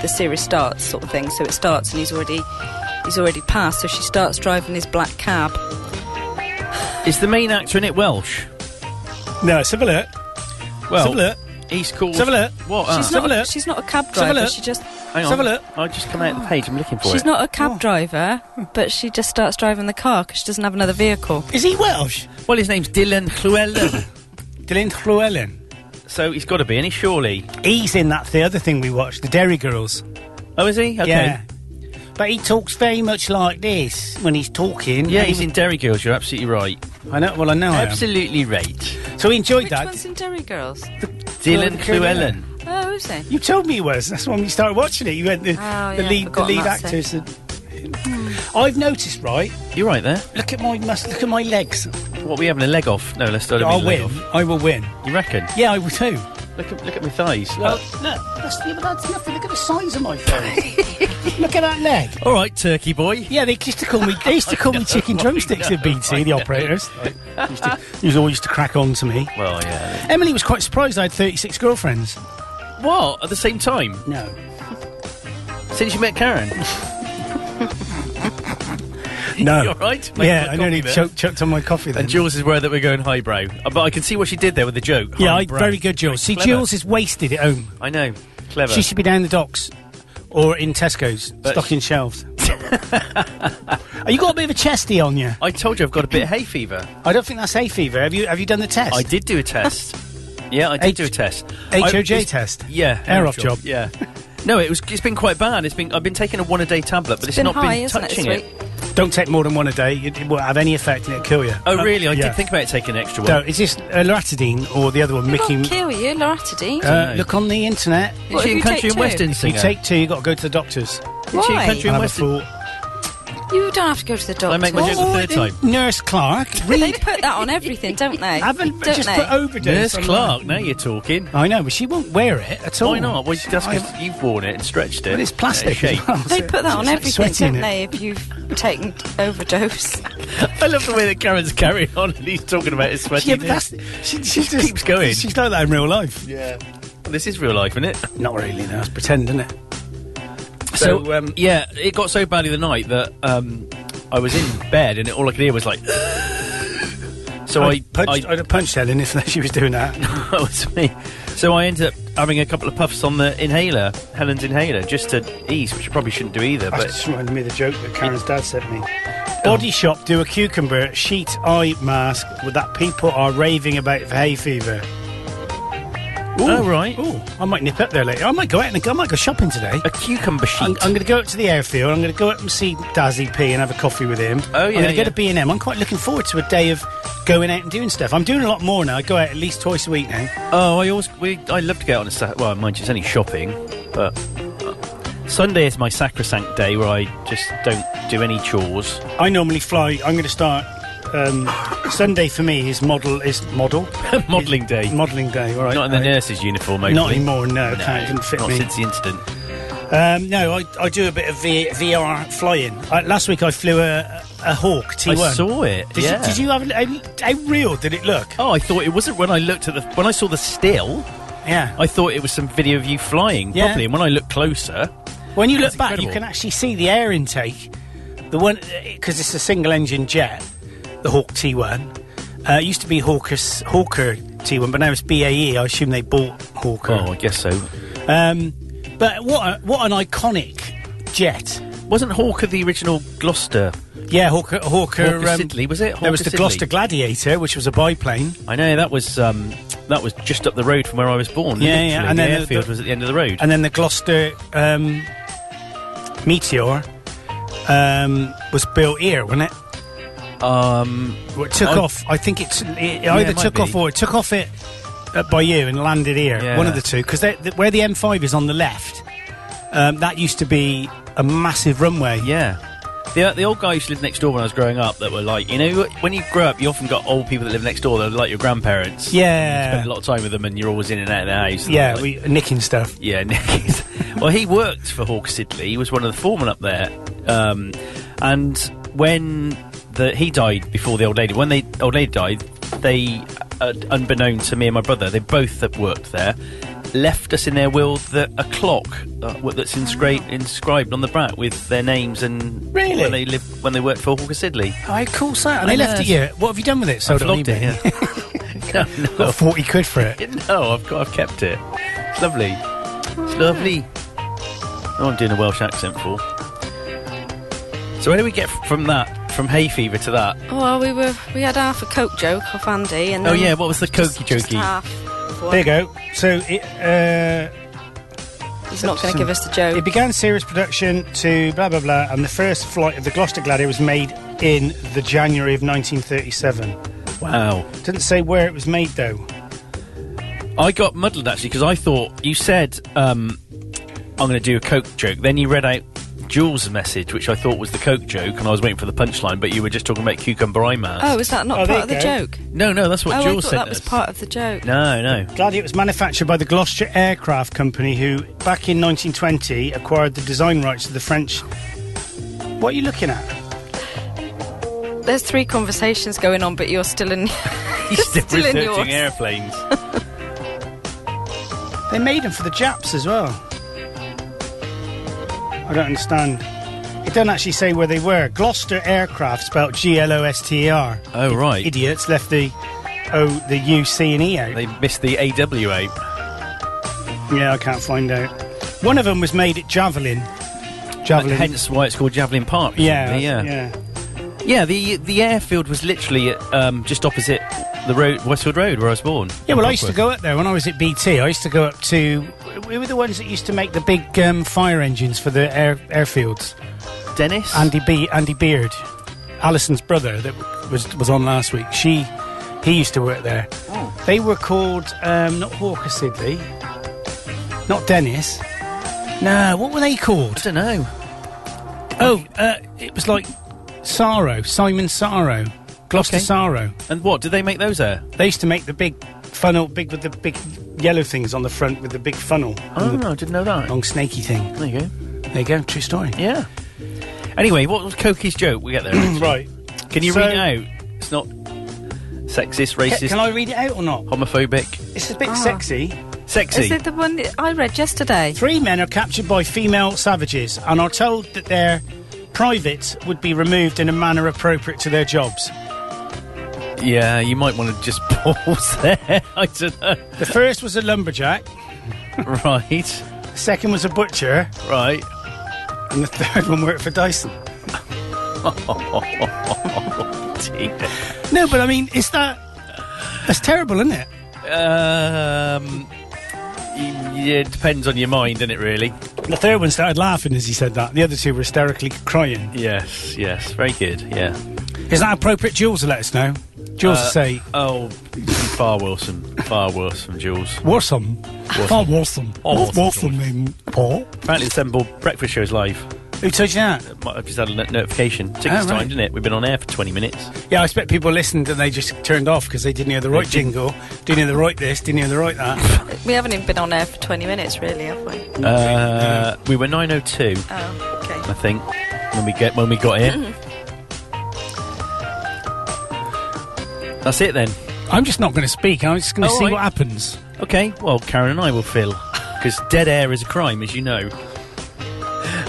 [SPEAKER 3] the series starts, sort of thing. So it starts, and he's already he's already passed. So she starts driving his black cab.
[SPEAKER 2] yeah. Is the main actor in it Welsh?
[SPEAKER 1] No, let's have a look.
[SPEAKER 2] Well,
[SPEAKER 1] have a look.
[SPEAKER 2] he's called.
[SPEAKER 1] Let's have a look.
[SPEAKER 2] What? uh,
[SPEAKER 3] She's
[SPEAKER 1] have
[SPEAKER 3] not.
[SPEAKER 1] a look.
[SPEAKER 3] She's not a cab
[SPEAKER 1] have a
[SPEAKER 3] driver.
[SPEAKER 1] look.
[SPEAKER 3] She just.
[SPEAKER 2] hang
[SPEAKER 1] let's
[SPEAKER 2] on.
[SPEAKER 1] have a look.
[SPEAKER 2] I just come out of the page. I'm looking for
[SPEAKER 3] She's
[SPEAKER 2] it.
[SPEAKER 3] not a cab driver, but she just starts driving the car because she doesn't have another vehicle.
[SPEAKER 1] Is he Welsh?
[SPEAKER 2] Well, his name's Dylan
[SPEAKER 1] [COUGHS]
[SPEAKER 2] Llewellyn.
[SPEAKER 1] Dylan Llewellyn.
[SPEAKER 2] so he's got to be in it, surely.
[SPEAKER 1] He's in that the other thing we watched, the Dairy Girls.
[SPEAKER 2] Oh, is he? Okay.
[SPEAKER 1] Yeah. But he talks very much like this when he's talking.
[SPEAKER 2] Yeah,
[SPEAKER 1] And
[SPEAKER 2] he's
[SPEAKER 1] he-
[SPEAKER 2] in Dairy Girls. You're absolutely right.
[SPEAKER 1] I know. Well, I know. I am.
[SPEAKER 2] Absolutely right.
[SPEAKER 1] So he enjoyed
[SPEAKER 3] Which
[SPEAKER 1] that.
[SPEAKER 3] one's in Derry Girls?
[SPEAKER 2] Dylan
[SPEAKER 1] Llewellyn.
[SPEAKER 2] Llewellyn.
[SPEAKER 3] Oh, is he?
[SPEAKER 1] You told me it was. That's when we started watching it. You went the,
[SPEAKER 3] Oh, yeah,
[SPEAKER 1] the lead, the
[SPEAKER 3] forgotten
[SPEAKER 1] lead
[SPEAKER 3] that
[SPEAKER 1] actors. and- I've noticed, right?
[SPEAKER 2] You're right there.
[SPEAKER 1] Look at my mus- look at my legs.
[SPEAKER 2] What, we having a leg off? No, let's start a
[SPEAKER 1] I'll
[SPEAKER 2] leg
[SPEAKER 1] win.
[SPEAKER 2] off.
[SPEAKER 1] I will win.
[SPEAKER 2] You reckon?
[SPEAKER 1] Yeah, I will too.
[SPEAKER 2] Look at, look at my thighs.
[SPEAKER 1] Well,
[SPEAKER 2] Uh,
[SPEAKER 1] look, that's, yeah, but that's nothing. Look at the size of my face.
[SPEAKER 3] [LAUGHS]
[SPEAKER 1] look at that leg.
[SPEAKER 2] all right, Turkey boy.
[SPEAKER 1] Yeah, they used to call me. They used to call
[SPEAKER 2] [LAUGHS]
[SPEAKER 1] me chicken drumsticks at BT. The operators. They used to- They was always used to crack on to me.
[SPEAKER 2] Well, yeah.
[SPEAKER 1] Emily was quite surprised I had 36 girlfriends.
[SPEAKER 2] What? At the same time?
[SPEAKER 1] No.
[SPEAKER 2] Since you met Karen?
[SPEAKER 1] [LAUGHS] No.
[SPEAKER 2] You all right?
[SPEAKER 1] Yeah, I
[SPEAKER 2] know
[SPEAKER 1] nearly choked, choked on my coffee then.
[SPEAKER 2] And Jules is aware that we're going highbrow. Uh, But I can see what she did there with the joke.
[SPEAKER 1] yeah, I,
[SPEAKER 2] Highbrow.
[SPEAKER 1] very good, Jules. See,
[SPEAKER 2] Clever.
[SPEAKER 1] Jules is wasted at home.
[SPEAKER 2] I know. Clever.
[SPEAKER 1] She should be down the docks or in Tesco's, stocking shelves. [LAUGHS] Oh, you got a bit of a chesty on you.
[SPEAKER 2] I told you I've got a bit of hay fever.
[SPEAKER 1] I don't think that's hay fever. Have you Have you done the test?
[SPEAKER 2] I did do
[SPEAKER 1] [LAUGHS]
[SPEAKER 2] a test. yeah, I did
[SPEAKER 1] H-
[SPEAKER 2] do a test. I-
[SPEAKER 1] HOJ
[SPEAKER 2] it's-
[SPEAKER 1] test.
[SPEAKER 2] Yeah,
[SPEAKER 1] Air off job. [LAUGHS]
[SPEAKER 2] Yeah. No, it was. It's been quite bad. It's been. I've been taking a one a day tablet, but it's,
[SPEAKER 3] been
[SPEAKER 2] not
[SPEAKER 3] high,
[SPEAKER 2] been
[SPEAKER 3] isn't it,
[SPEAKER 2] touching
[SPEAKER 3] this
[SPEAKER 2] it.
[SPEAKER 1] Don't take more than one a day. It, it won't have any effect and it'll kill you.
[SPEAKER 2] Oh, really? I
[SPEAKER 1] yeah.
[SPEAKER 2] did think about taking an extra one.
[SPEAKER 1] No, is this uh, loratadine or the other one,
[SPEAKER 3] It
[SPEAKER 1] Mickey?
[SPEAKER 3] won't kill you, Loratadine.
[SPEAKER 1] Uh, look on the internet.
[SPEAKER 3] What, if
[SPEAKER 2] Cheating
[SPEAKER 3] you
[SPEAKER 2] country
[SPEAKER 3] take
[SPEAKER 2] and western
[SPEAKER 1] You
[SPEAKER 2] singer.
[SPEAKER 1] take two, you got to go to the doctors.
[SPEAKER 2] Cheating
[SPEAKER 3] Why?
[SPEAKER 2] country and
[SPEAKER 1] I'll have a
[SPEAKER 2] western.
[SPEAKER 1] fool.
[SPEAKER 3] You don't have to go to the doctor.
[SPEAKER 2] I make my joke the
[SPEAKER 1] All right then,
[SPEAKER 2] third time.
[SPEAKER 1] Oh, Nurse
[SPEAKER 3] [LAUGHS]
[SPEAKER 1] Clark,
[SPEAKER 3] They
[SPEAKER 1] read.
[SPEAKER 3] put that on everything, don't they?
[SPEAKER 1] Haven't
[SPEAKER 3] don't
[SPEAKER 1] just
[SPEAKER 3] they?
[SPEAKER 1] put overdose.
[SPEAKER 2] Nurse
[SPEAKER 1] on
[SPEAKER 2] Clark, now you're talking.
[SPEAKER 1] I know, but she won't wear it at all.
[SPEAKER 2] Why not? Well, that's
[SPEAKER 1] Oh. I-
[SPEAKER 2] 'cause you've worn it and stretched it.
[SPEAKER 1] But it's
[SPEAKER 2] Yeah,
[SPEAKER 1] plastic.
[SPEAKER 2] shape.
[SPEAKER 1] as well,
[SPEAKER 3] They
[SPEAKER 1] so
[SPEAKER 3] put that on
[SPEAKER 1] it's like
[SPEAKER 3] everything,
[SPEAKER 1] sweaty in
[SPEAKER 3] don't
[SPEAKER 1] it.
[SPEAKER 3] they? If you've taken overdose,
[SPEAKER 2] [LAUGHS] I love the way that Karen's carrying on and he's talking about his sweaty.
[SPEAKER 1] Yeah, but that's she, she just
[SPEAKER 2] keeps going.
[SPEAKER 1] She's like that in real life.
[SPEAKER 2] Yeah. This is real life, isn't it?
[SPEAKER 1] Not really. No, it's pretend, isn't it?
[SPEAKER 2] So,
[SPEAKER 1] So, um,
[SPEAKER 2] yeah, it got so badly the night that um, I was in bed and it, all I could hear was like. [GASPS] so I,
[SPEAKER 1] punched,
[SPEAKER 2] I,
[SPEAKER 1] I'd have punched Helen if [LAUGHS] she was doing that.
[SPEAKER 2] that [LAUGHS] was me. So I ended up having a couple of puffs on the inhaler, Helen's inhaler, just to ease, which I probably shouldn't do either.
[SPEAKER 1] That
[SPEAKER 2] But
[SPEAKER 1] just reminded me of the joke that Karen's dad sent me. Body shop do a cucumber sheet eye mask with that people are raving about for hay fever.
[SPEAKER 2] oh right,
[SPEAKER 1] Ooh, I might nip up there later. I might go out and I might go shopping today.
[SPEAKER 2] a cucumber sheet.
[SPEAKER 1] I'm, I'm going to go up to the airfield. I'm going to go up and see Dazzy P and have a coffee with him.
[SPEAKER 2] Oh,
[SPEAKER 1] I'm
[SPEAKER 2] yeah,
[SPEAKER 1] going to
[SPEAKER 2] yeah.
[SPEAKER 1] go to B and M. I'm quite looking forward to a day of going out and doing stuff. I'm doing a lot more now. I go out at least twice a week now.
[SPEAKER 2] Oh, I always we, I love to go out on a Saturday. Well, mind you, it's only shopping, but uh, Sunday is my sacrosanct day where I just don't do any chores. [LAUGHS]
[SPEAKER 1] I normally fly. I'm going to start. Um, Sunday for me is model is model
[SPEAKER 2] Modelling day.
[SPEAKER 1] modelling day. All right,
[SPEAKER 2] Not in the
[SPEAKER 1] no.
[SPEAKER 2] nurse's uniform, hopefully.
[SPEAKER 1] Not anymore. No,
[SPEAKER 2] No,
[SPEAKER 1] can't, didn't fit
[SPEAKER 2] not
[SPEAKER 1] me.
[SPEAKER 2] since the incident.
[SPEAKER 1] Um, no, I, I do a bit of v, VR flying. I, last week I flew a, a Hawk T1.
[SPEAKER 2] I saw it.
[SPEAKER 1] Did
[SPEAKER 2] yeah.
[SPEAKER 1] you, did you have? a- How, how real did it look?
[SPEAKER 2] Oh, I thought it wasn't when I looked at the when I saw the still.
[SPEAKER 1] Yeah.
[SPEAKER 2] I thought it was some video of you flying
[SPEAKER 1] Yeah.
[SPEAKER 2] properly, and when I looked closer,
[SPEAKER 1] When you
[SPEAKER 2] That's
[SPEAKER 1] look back,
[SPEAKER 2] incredible.
[SPEAKER 1] you can actually see the air intake. The one because it's a single engine jet, the Hawk T1. Uh, it used to be Hawker's, Hawker T1, but now it's BAE. I assume they bought
[SPEAKER 2] oh,
[SPEAKER 1] Hawker.
[SPEAKER 2] I guess so.
[SPEAKER 1] Um, but what a, what an iconic jet!
[SPEAKER 2] Wasn't Hawker the original Gloucester?
[SPEAKER 1] Yeah, Hawker Hawker, um,
[SPEAKER 2] Hawker Siddeley, um, was it?
[SPEAKER 1] there was
[SPEAKER 2] Hawker
[SPEAKER 1] the
[SPEAKER 2] Siddeley?
[SPEAKER 1] Gloucester Gladiator, which was a biplane.
[SPEAKER 2] I know that was um, that was just up the road from where I was born.
[SPEAKER 1] Yeah, yeah,
[SPEAKER 2] literally.
[SPEAKER 1] and then
[SPEAKER 2] the
[SPEAKER 1] the-
[SPEAKER 2] airfield
[SPEAKER 1] the-
[SPEAKER 2] was at the end of the road.
[SPEAKER 1] and then the Gloucester um, Meteor um, was built here, wasn't it? Um, it took
[SPEAKER 2] I-
[SPEAKER 1] off. I think it's, it it
[SPEAKER 2] Yeah,
[SPEAKER 1] either
[SPEAKER 2] it might
[SPEAKER 1] took off
[SPEAKER 2] be.
[SPEAKER 1] or it took off it uh, by you and landed here.
[SPEAKER 2] Yeah.
[SPEAKER 1] One of the two, because th- where the M5 is on the left, um, that used to be a massive runway.
[SPEAKER 2] Yeah. The, the old guy who lived next door when I was growing up that were like, you know, when you grow up, you often got old people that live next door that are like your grandparents. You
[SPEAKER 1] Yeah,
[SPEAKER 2] spend a lot of time with them and you're always in and out of their house. And
[SPEAKER 1] yeah,
[SPEAKER 2] like-
[SPEAKER 1] we, nicking stuff.
[SPEAKER 2] Yeah, [LAUGHS] Nick. well, he worked for Hawke Sidley. He was one of the foremen up there. Um, and when the he died before the old lady, when the old lady died, they, uh, unbeknown to me and my brother, they both had worked there. Left us in their will the, a clock uh, wh- that's inscri- inscribed on the brat with their names and
[SPEAKER 1] Really?
[SPEAKER 2] when they lived when they worked for Hawker Sidley.
[SPEAKER 1] Oh, how cool's that? And
[SPEAKER 2] I
[SPEAKER 1] they left
[SPEAKER 2] know.
[SPEAKER 1] it here. What have you done with it?
[SPEAKER 2] I
[SPEAKER 1] Sold it on
[SPEAKER 2] vlogged it.
[SPEAKER 1] eBay.
[SPEAKER 2] Yeah. [LAUGHS] no, no.
[SPEAKER 1] Got forty quid for it.
[SPEAKER 2] [LAUGHS] No, I've got, I've kept it. It's lovely. It's lovely. Oh, I'm doing a Welsh accent for. So where do we get f- from that, from hay fever to that?
[SPEAKER 3] well, Oh, we were we had half a coke joke off Andy, and
[SPEAKER 2] Oh
[SPEAKER 3] then
[SPEAKER 2] yeah, what was the
[SPEAKER 3] just-
[SPEAKER 2] cokey
[SPEAKER 3] just
[SPEAKER 2] jokey?
[SPEAKER 3] half. Well,
[SPEAKER 1] There you go. So it. Uh,
[SPEAKER 3] He's not going to give us the joke.
[SPEAKER 1] It began series production to blah blah blah, and the first flight of the Gloucester Gladiator was made in the January of 1937.
[SPEAKER 2] Wow.
[SPEAKER 1] Didn't say where it was made though.
[SPEAKER 2] I got muddled actually because I thought you said um, I'm going to do a coke joke. Then you read out Jules' message, which I thought was the coke joke, and I was waiting for the punchline, but you were just talking about cucumber eye mask.
[SPEAKER 3] oh, is that not
[SPEAKER 1] Oh, there
[SPEAKER 3] part of the
[SPEAKER 1] you go.
[SPEAKER 3] joke?
[SPEAKER 2] no, no, that's what
[SPEAKER 3] oh, I
[SPEAKER 2] Jules
[SPEAKER 3] thought
[SPEAKER 2] said.
[SPEAKER 3] that was part of the joke.
[SPEAKER 2] No, no.
[SPEAKER 1] Gladiator was manufactured by the Gloucester Aircraft Company, who back in 1920 acquired the design rights to the French. What are you looking at?
[SPEAKER 3] There's three conversations going on, but you're
[SPEAKER 2] [LAUGHS]
[SPEAKER 3] still in.
[SPEAKER 2] He's still,
[SPEAKER 3] [LAUGHS] Still in
[SPEAKER 2] researching
[SPEAKER 3] yours. [LAUGHS]
[SPEAKER 2] airplanes.
[SPEAKER 1] They made them for the Japs as well. I don't understand. It doesn't actually say where they were. Gloucester Aircraft, spelled G-L-O-S-T-E-R.
[SPEAKER 2] Oh right.
[SPEAKER 1] E Idiots left the O, the U, C, and E out.
[SPEAKER 2] They missed the AWA.
[SPEAKER 1] Yeah, I can't find out. One of them was made at Javelin. Javelin.
[SPEAKER 2] Hence why it's called Javelin Park.
[SPEAKER 1] yeah,
[SPEAKER 2] presumably,
[SPEAKER 1] yeah,
[SPEAKER 2] yeah, yeah. The the airfield was literally um, just opposite the road, Westfield Road, where I was born.
[SPEAKER 1] Yeah, well, I used to go up there when I was at BT. I used to go up to. We were the ones that used to make the big um, fire engines for the air, airfields.
[SPEAKER 2] Dennis?
[SPEAKER 1] Andy B. Andy Beard, Alison's brother that was was on last week. She he used to work there.
[SPEAKER 2] Oh.
[SPEAKER 1] They were called um, not Hawker Sidley, not Dennis. No, what were they
[SPEAKER 2] I
[SPEAKER 1] called?
[SPEAKER 2] don't know.
[SPEAKER 1] Oh, uh, it was like Sorrow, Simon Sorrow, Gloucester
[SPEAKER 2] Okay.
[SPEAKER 1] Sorrow.
[SPEAKER 2] And what? Did they make those there?
[SPEAKER 1] They used to make the big funnel, big with the big yellow things on the front with the big funnel,
[SPEAKER 2] Oh,
[SPEAKER 1] and the
[SPEAKER 2] I didn't know that.
[SPEAKER 1] long snaky thing.
[SPEAKER 2] There you go.
[SPEAKER 1] There you go, true story.
[SPEAKER 2] Yeah. Anyway, what was Cokie's joke? We get there.
[SPEAKER 1] [CLEARS THROAT] Right.
[SPEAKER 2] Can you
[SPEAKER 1] So-
[SPEAKER 2] read it out? It's not sexist,
[SPEAKER 1] Ca-
[SPEAKER 2] racist,
[SPEAKER 1] Can I read it out or not?
[SPEAKER 2] homophobic,
[SPEAKER 1] It's a bit
[SPEAKER 3] Ah.
[SPEAKER 1] sexy.
[SPEAKER 2] sexy.
[SPEAKER 3] Is it the one that I read yesterday?
[SPEAKER 1] Three men are captured by female savages and are told that their privates would be removed in a manner appropriate to their jobs.
[SPEAKER 2] Yeah, you might want to just [LAUGHS] pause there. [LAUGHS] I don't know.
[SPEAKER 1] The first was a lumberjack,
[SPEAKER 2] Right,
[SPEAKER 1] the second was a butcher,
[SPEAKER 2] right. [LAUGHS]
[SPEAKER 1] and the [LAUGHS] third one worked for Dyson.
[SPEAKER 2] Dear.
[SPEAKER 1] No, but I mean, it's that. That's terrible, isn't it?
[SPEAKER 2] Um, y- yeah, it depends on your mind, doesn't it? Really?
[SPEAKER 1] The third one started laughing as he said that. The other two were hysterically crying.
[SPEAKER 2] Yes, yes. Very good. Yeah.
[SPEAKER 1] Is that appropriate, Jules, to let us know? Jules to say,
[SPEAKER 2] Oh, far worse than far worse than Jules.
[SPEAKER 1] Warsome. Oh, Warsome.
[SPEAKER 2] Oh,
[SPEAKER 1] Oh, Warsome, then, Paul.
[SPEAKER 2] Apparently, the Temple Breakfast Show is live.
[SPEAKER 1] Who told you that?
[SPEAKER 2] Might have just had a no- notification. Tickets
[SPEAKER 1] Oh,
[SPEAKER 2] time,
[SPEAKER 1] right.
[SPEAKER 2] didn't it? We've been on air for 20 minutes.
[SPEAKER 1] Yeah, I expect people listened and they just turned off because they didn't hear the right
[SPEAKER 2] didn't.
[SPEAKER 1] jingle, didn't hear the right this, didn't hear the right [LAUGHS] that.
[SPEAKER 3] We haven't even been on air for 20 minutes, really, have we?
[SPEAKER 2] Uh, we were 902,
[SPEAKER 3] Oh,
[SPEAKER 2] I
[SPEAKER 3] okay.
[SPEAKER 2] think, when we get when we got here.
[SPEAKER 1] [LAUGHS]
[SPEAKER 2] That's it then.
[SPEAKER 1] I'm just not going to speak. I'm just going to
[SPEAKER 2] Oh,
[SPEAKER 1] see
[SPEAKER 2] right.
[SPEAKER 1] what happens.
[SPEAKER 2] Okay, well, Karen and I will fill because dead air is a crime, as you know.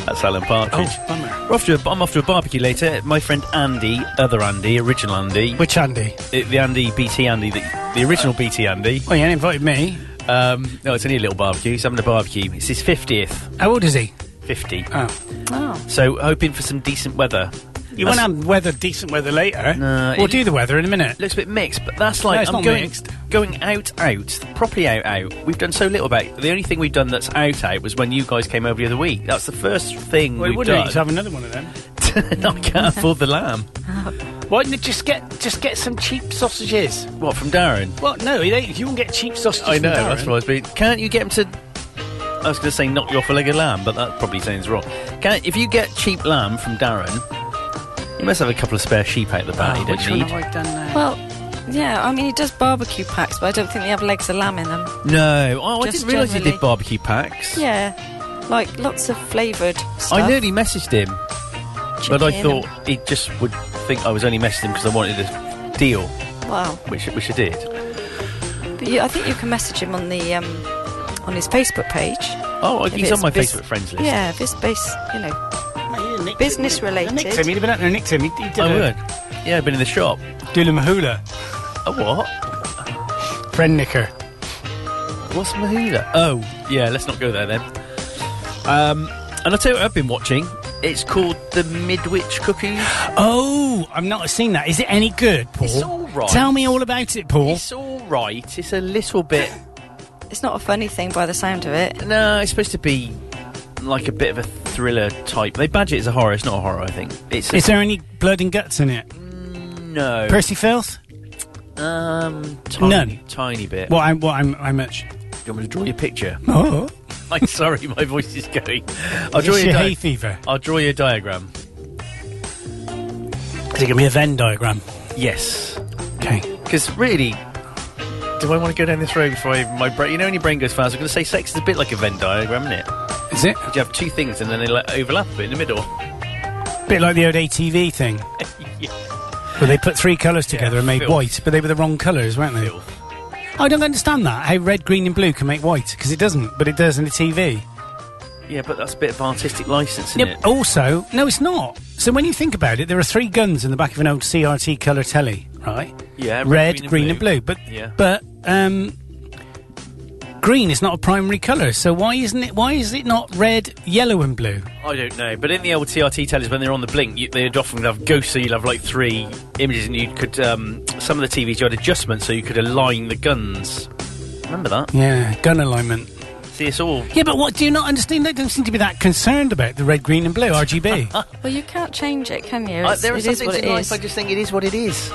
[SPEAKER 2] That's Alan Partridge.
[SPEAKER 1] Oh, bummer.
[SPEAKER 2] We're off to a, I'm off to a barbecue later. My friend Andy, other Andy, original Andy, which
[SPEAKER 1] Which Andy?
[SPEAKER 2] the Andy BT Andy, the, the original BT Andy.
[SPEAKER 1] Oh, yeah, he invited me.
[SPEAKER 2] Um, no, it's only a little barbecue. He's having a barbecue. It's his fiftieth,
[SPEAKER 1] How old is he?
[SPEAKER 2] fifty.
[SPEAKER 1] Oh.
[SPEAKER 3] Oh.
[SPEAKER 2] So hoping for some decent weather.
[SPEAKER 1] You want to have weather, decent weather later.
[SPEAKER 2] No,
[SPEAKER 1] we'll
[SPEAKER 2] it-
[SPEAKER 1] do the weather in a minute.
[SPEAKER 2] Looks a bit mixed, but that's like
[SPEAKER 1] No, it's
[SPEAKER 2] I'm
[SPEAKER 1] not
[SPEAKER 2] going
[SPEAKER 1] mixed.
[SPEAKER 2] going out out properly out out. We've done so little about. The only thing we've done that's out out was when you guys came over the other week. That's the first thing
[SPEAKER 1] Well,
[SPEAKER 2] we've
[SPEAKER 1] would
[SPEAKER 2] done.
[SPEAKER 1] to have another one of them.
[SPEAKER 2] [LAUGHS] I can't afford the lamb.
[SPEAKER 1] [LAUGHS] Why didn't you just get just get some cheap sausages?
[SPEAKER 2] What from Darren?
[SPEAKER 1] Well, no, you don't- you won't get cheap sausages.
[SPEAKER 2] I
[SPEAKER 1] from
[SPEAKER 2] know
[SPEAKER 1] Darren.
[SPEAKER 2] that's what I was being. Can't you get him to? I was going to say knock you off a leg of lamb, but that probably sounds wrong. Can if you get cheap lamb from Darren, you must have a couple of spare sheep out the
[SPEAKER 1] Oh, Ah,
[SPEAKER 2] back. you don't need.
[SPEAKER 1] I done now?
[SPEAKER 3] Well, yeah, I mean, he does barbecue packs, but I don't think they have legs of lamb in them.
[SPEAKER 2] No, oh, I
[SPEAKER 3] Just
[SPEAKER 2] didn't realise he did
[SPEAKER 3] generally.
[SPEAKER 2] barbecue packs.
[SPEAKER 3] Yeah, like lots of flavoured stuff.
[SPEAKER 2] I nearly messaged him, but I
[SPEAKER 3] Chicken and-
[SPEAKER 2] thought he just would think I was only messaging him because I wanted a deal,
[SPEAKER 3] Wow.
[SPEAKER 2] which which I did.
[SPEAKER 3] But you, I think you can message him on the um, on his Facebook page.
[SPEAKER 2] Oh,
[SPEAKER 3] If
[SPEAKER 2] he's on
[SPEAKER 3] it's
[SPEAKER 2] my
[SPEAKER 3] bus-
[SPEAKER 2] Facebook friends list.
[SPEAKER 3] Yeah, if it's base, you know. Business related.
[SPEAKER 1] Nicked him. He'd have been out there and nicked him. He, he did
[SPEAKER 2] I
[SPEAKER 1] a-
[SPEAKER 2] would. Yeah, I've been in the shop.
[SPEAKER 1] Dula Mahula.
[SPEAKER 2] A what?
[SPEAKER 1] Friend Nicker.
[SPEAKER 2] What's Mahila? Oh, yeah, let's not go there then. Um, and I'll tell you what I've been watching. It's called The Midwich Cookies.
[SPEAKER 1] Oh, I've not seen that. Is it any good, Paul?
[SPEAKER 2] It's all right.
[SPEAKER 1] Tell me all about it, Paul.
[SPEAKER 2] It's alright. It's a little bit.
[SPEAKER 3] It's not a funny thing by the sound of it.
[SPEAKER 2] No, it's supposed to be like a bit of a thriller type. They badge it as a horror. It's not a horror, I think. It's a,
[SPEAKER 1] Is there any blood and guts in it?
[SPEAKER 2] no.
[SPEAKER 1] Percy Filth?
[SPEAKER 2] um, tiny,
[SPEAKER 1] None.
[SPEAKER 2] Tiny bit.
[SPEAKER 1] What? I'm. What? I'm. How much?
[SPEAKER 2] Do you want me to draw you a picture?
[SPEAKER 1] Oh,
[SPEAKER 2] I'm sorry, [LAUGHS] my voice is going. I'll draw
[SPEAKER 1] it's
[SPEAKER 2] you a
[SPEAKER 1] your hay
[SPEAKER 2] di-
[SPEAKER 1] fever.
[SPEAKER 2] I'll draw you a diagram.
[SPEAKER 1] Is it gonna be a Venn diagram?
[SPEAKER 2] Yes.
[SPEAKER 1] Okay.
[SPEAKER 2] Because really, do I want to go down this road before I, my brain? You know, when your brain goes fast, I'm going to say sex is a bit like a Venn diagram, isn't it?
[SPEAKER 1] Is it
[SPEAKER 2] You have two things and then they like, overlap a bit in the middle.
[SPEAKER 1] a bit like the old ATV thing?
[SPEAKER 2] [LAUGHS] Yeah.
[SPEAKER 1] Where they put three colours together and made
[SPEAKER 2] filth.
[SPEAKER 1] white, but they were the wrong colours, weren't they?
[SPEAKER 2] Filth.
[SPEAKER 1] I don't understand that. How red, green, and blue can make white because it doesn't, but it does in a TV.
[SPEAKER 2] Yeah, but that's a bit of artistic license, isn't
[SPEAKER 1] Yeah,
[SPEAKER 2] it?
[SPEAKER 1] also, no, it's not. So when you think about it, there are three guns in the back of an old CRT colour telly, right?
[SPEAKER 2] Yeah,
[SPEAKER 1] red, green, and, blue. But
[SPEAKER 2] Yeah.
[SPEAKER 1] but um, green is not a primary colour. So why isn't it? Why is it not red, yellow, and blue?
[SPEAKER 2] I don't know. But in the old TRT tellers, when they're on the blink, you, they'd often have ghosts, so you'll have like three images, and you could. Um, some of the TVs you had adjustments, so you could align the guns. Remember that?
[SPEAKER 1] Yeah, gun alignment.
[SPEAKER 2] See, it's all.
[SPEAKER 1] Yeah, but what do you not understand? They don't seem to be that concerned about the red, green, and blue RGB.
[SPEAKER 3] Well, you can't change it, can you?
[SPEAKER 2] I,
[SPEAKER 3] It's-
[SPEAKER 2] Uh, there are
[SPEAKER 3] it
[SPEAKER 2] some
[SPEAKER 3] is
[SPEAKER 2] things
[SPEAKER 3] what it
[SPEAKER 2] in life.
[SPEAKER 3] is.
[SPEAKER 2] I just think it is what it is.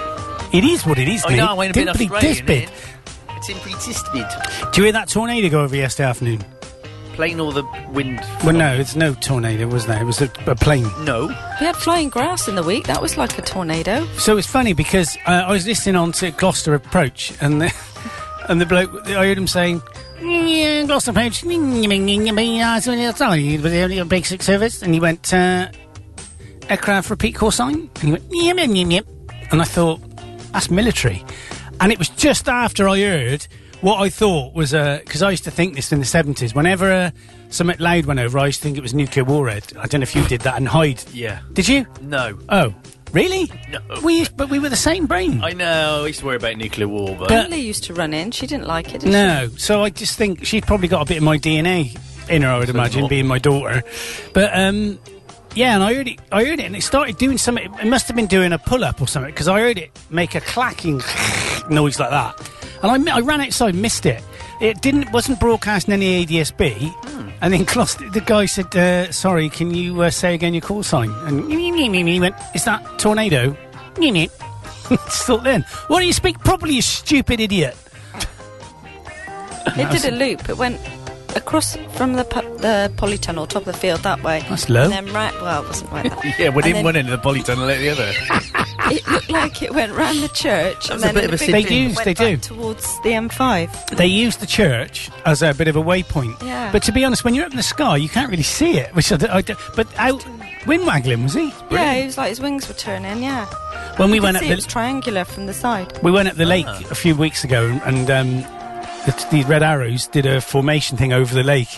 [SPEAKER 1] it is what it is.
[SPEAKER 2] Oh, I
[SPEAKER 1] mate.
[SPEAKER 2] know. I'm a bit
[SPEAKER 1] Simply this
[SPEAKER 2] Australian. eh?
[SPEAKER 1] bit.
[SPEAKER 2] innit? It's simply disbid.
[SPEAKER 1] Do you hear that tornado go over yesterday afternoon?
[SPEAKER 2] Plain or the wind?
[SPEAKER 1] Well, no, it's no tornado, was there? It was a, a plane.
[SPEAKER 2] No.
[SPEAKER 3] We had flying grass in the week. That was like a tornado.
[SPEAKER 1] So it's funny because uh, I was listening on to Gloucester Approach, and the, and the bloke, I heard him saying, "Yeah, Gloucester Approach, the basic service," and he went, uh, "Aircraft repeat call sign," and he went, "Yep, yep, yep, yep," and I thought, "That's military," and it was just after I heard what I thought was because I used to think this in the seventies. Whenever uh, something loud went over, I used to think it was nuclear warhead. I don't know if you did that and hide.
[SPEAKER 2] Yeah.
[SPEAKER 1] Did you?
[SPEAKER 2] No.
[SPEAKER 1] Oh, really?
[SPEAKER 2] No.
[SPEAKER 1] We used, but we were the same brain.
[SPEAKER 2] I know. I used to worry about nuclear war, but,
[SPEAKER 1] But-
[SPEAKER 3] Lily used to run in. She didn't like it. Did
[SPEAKER 1] no, so I just think she's probably got a bit of my DNA in her. I would imagine
[SPEAKER 2] not.
[SPEAKER 1] being my daughter, but um, yeah. And I heard it. I heard it, and it started doing something. It must have been doing a pull up or something because I heard it make a clacking [LAUGHS] noise like that, and I, mi- I ran outside, missed it. It didn't wasn't broadcasting any ADSB, and then Gloucester, the guy said, uh, "Sorry, can you uh, say again your call sign?" And he went, "Is that tornado?" [LAUGHS] Still then, why don't you speak properly, you stupid idiot?
[SPEAKER 3] she? It did a loop. It went across from the pu- the polytunnel, top of the field that way.
[SPEAKER 1] That's low.
[SPEAKER 3] And then right. Well, it wasn't right.
[SPEAKER 2] [LAUGHS] [LAUGHS]
[SPEAKER 3] That.
[SPEAKER 2] yeah, went
[SPEAKER 3] And
[SPEAKER 2] in
[SPEAKER 3] then
[SPEAKER 2] one end of the polytunnel, out the other.
[SPEAKER 3] It looked like it went round the church. and
[SPEAKER 2] a
[SPEAKER 3] then
[SPEAKER 2] bit
[SPEAKER 3] in
[SPEAKER 2] of a
[SPEAKER 3] big
[SPEAKER 1] They do,
[SPEAKER 3] loop,
[SPEAKER 1] they
[SPEAKER 3] went back
[SPEAKER 1] do.
[SPEAKER 3] towards the M5.
[SPEAKER 1] they use the church as a bit of a waypoint.
[SPEAKER 3] Yeah.
[SPEAKER 1] But to be honest, when you're up in the sky, you can't really see it. Which I, d- I d- but out wind waggling was he?
[SPEAKER 3] Yeah, he was like his wings were turning. Yeah,
[SPEAKER 1] When we
[SPEAKER 3] you could
[SPEAKER 1] went up
[SPEAKER 3] see
[SPEAKER 1] the
[SPEAKER 3] it was triangular from the side.
[SPEAKER 1] [GASPS] we went up the lake a few weeks ago, and um, the, the Red Arrows did a formation thing over the lake,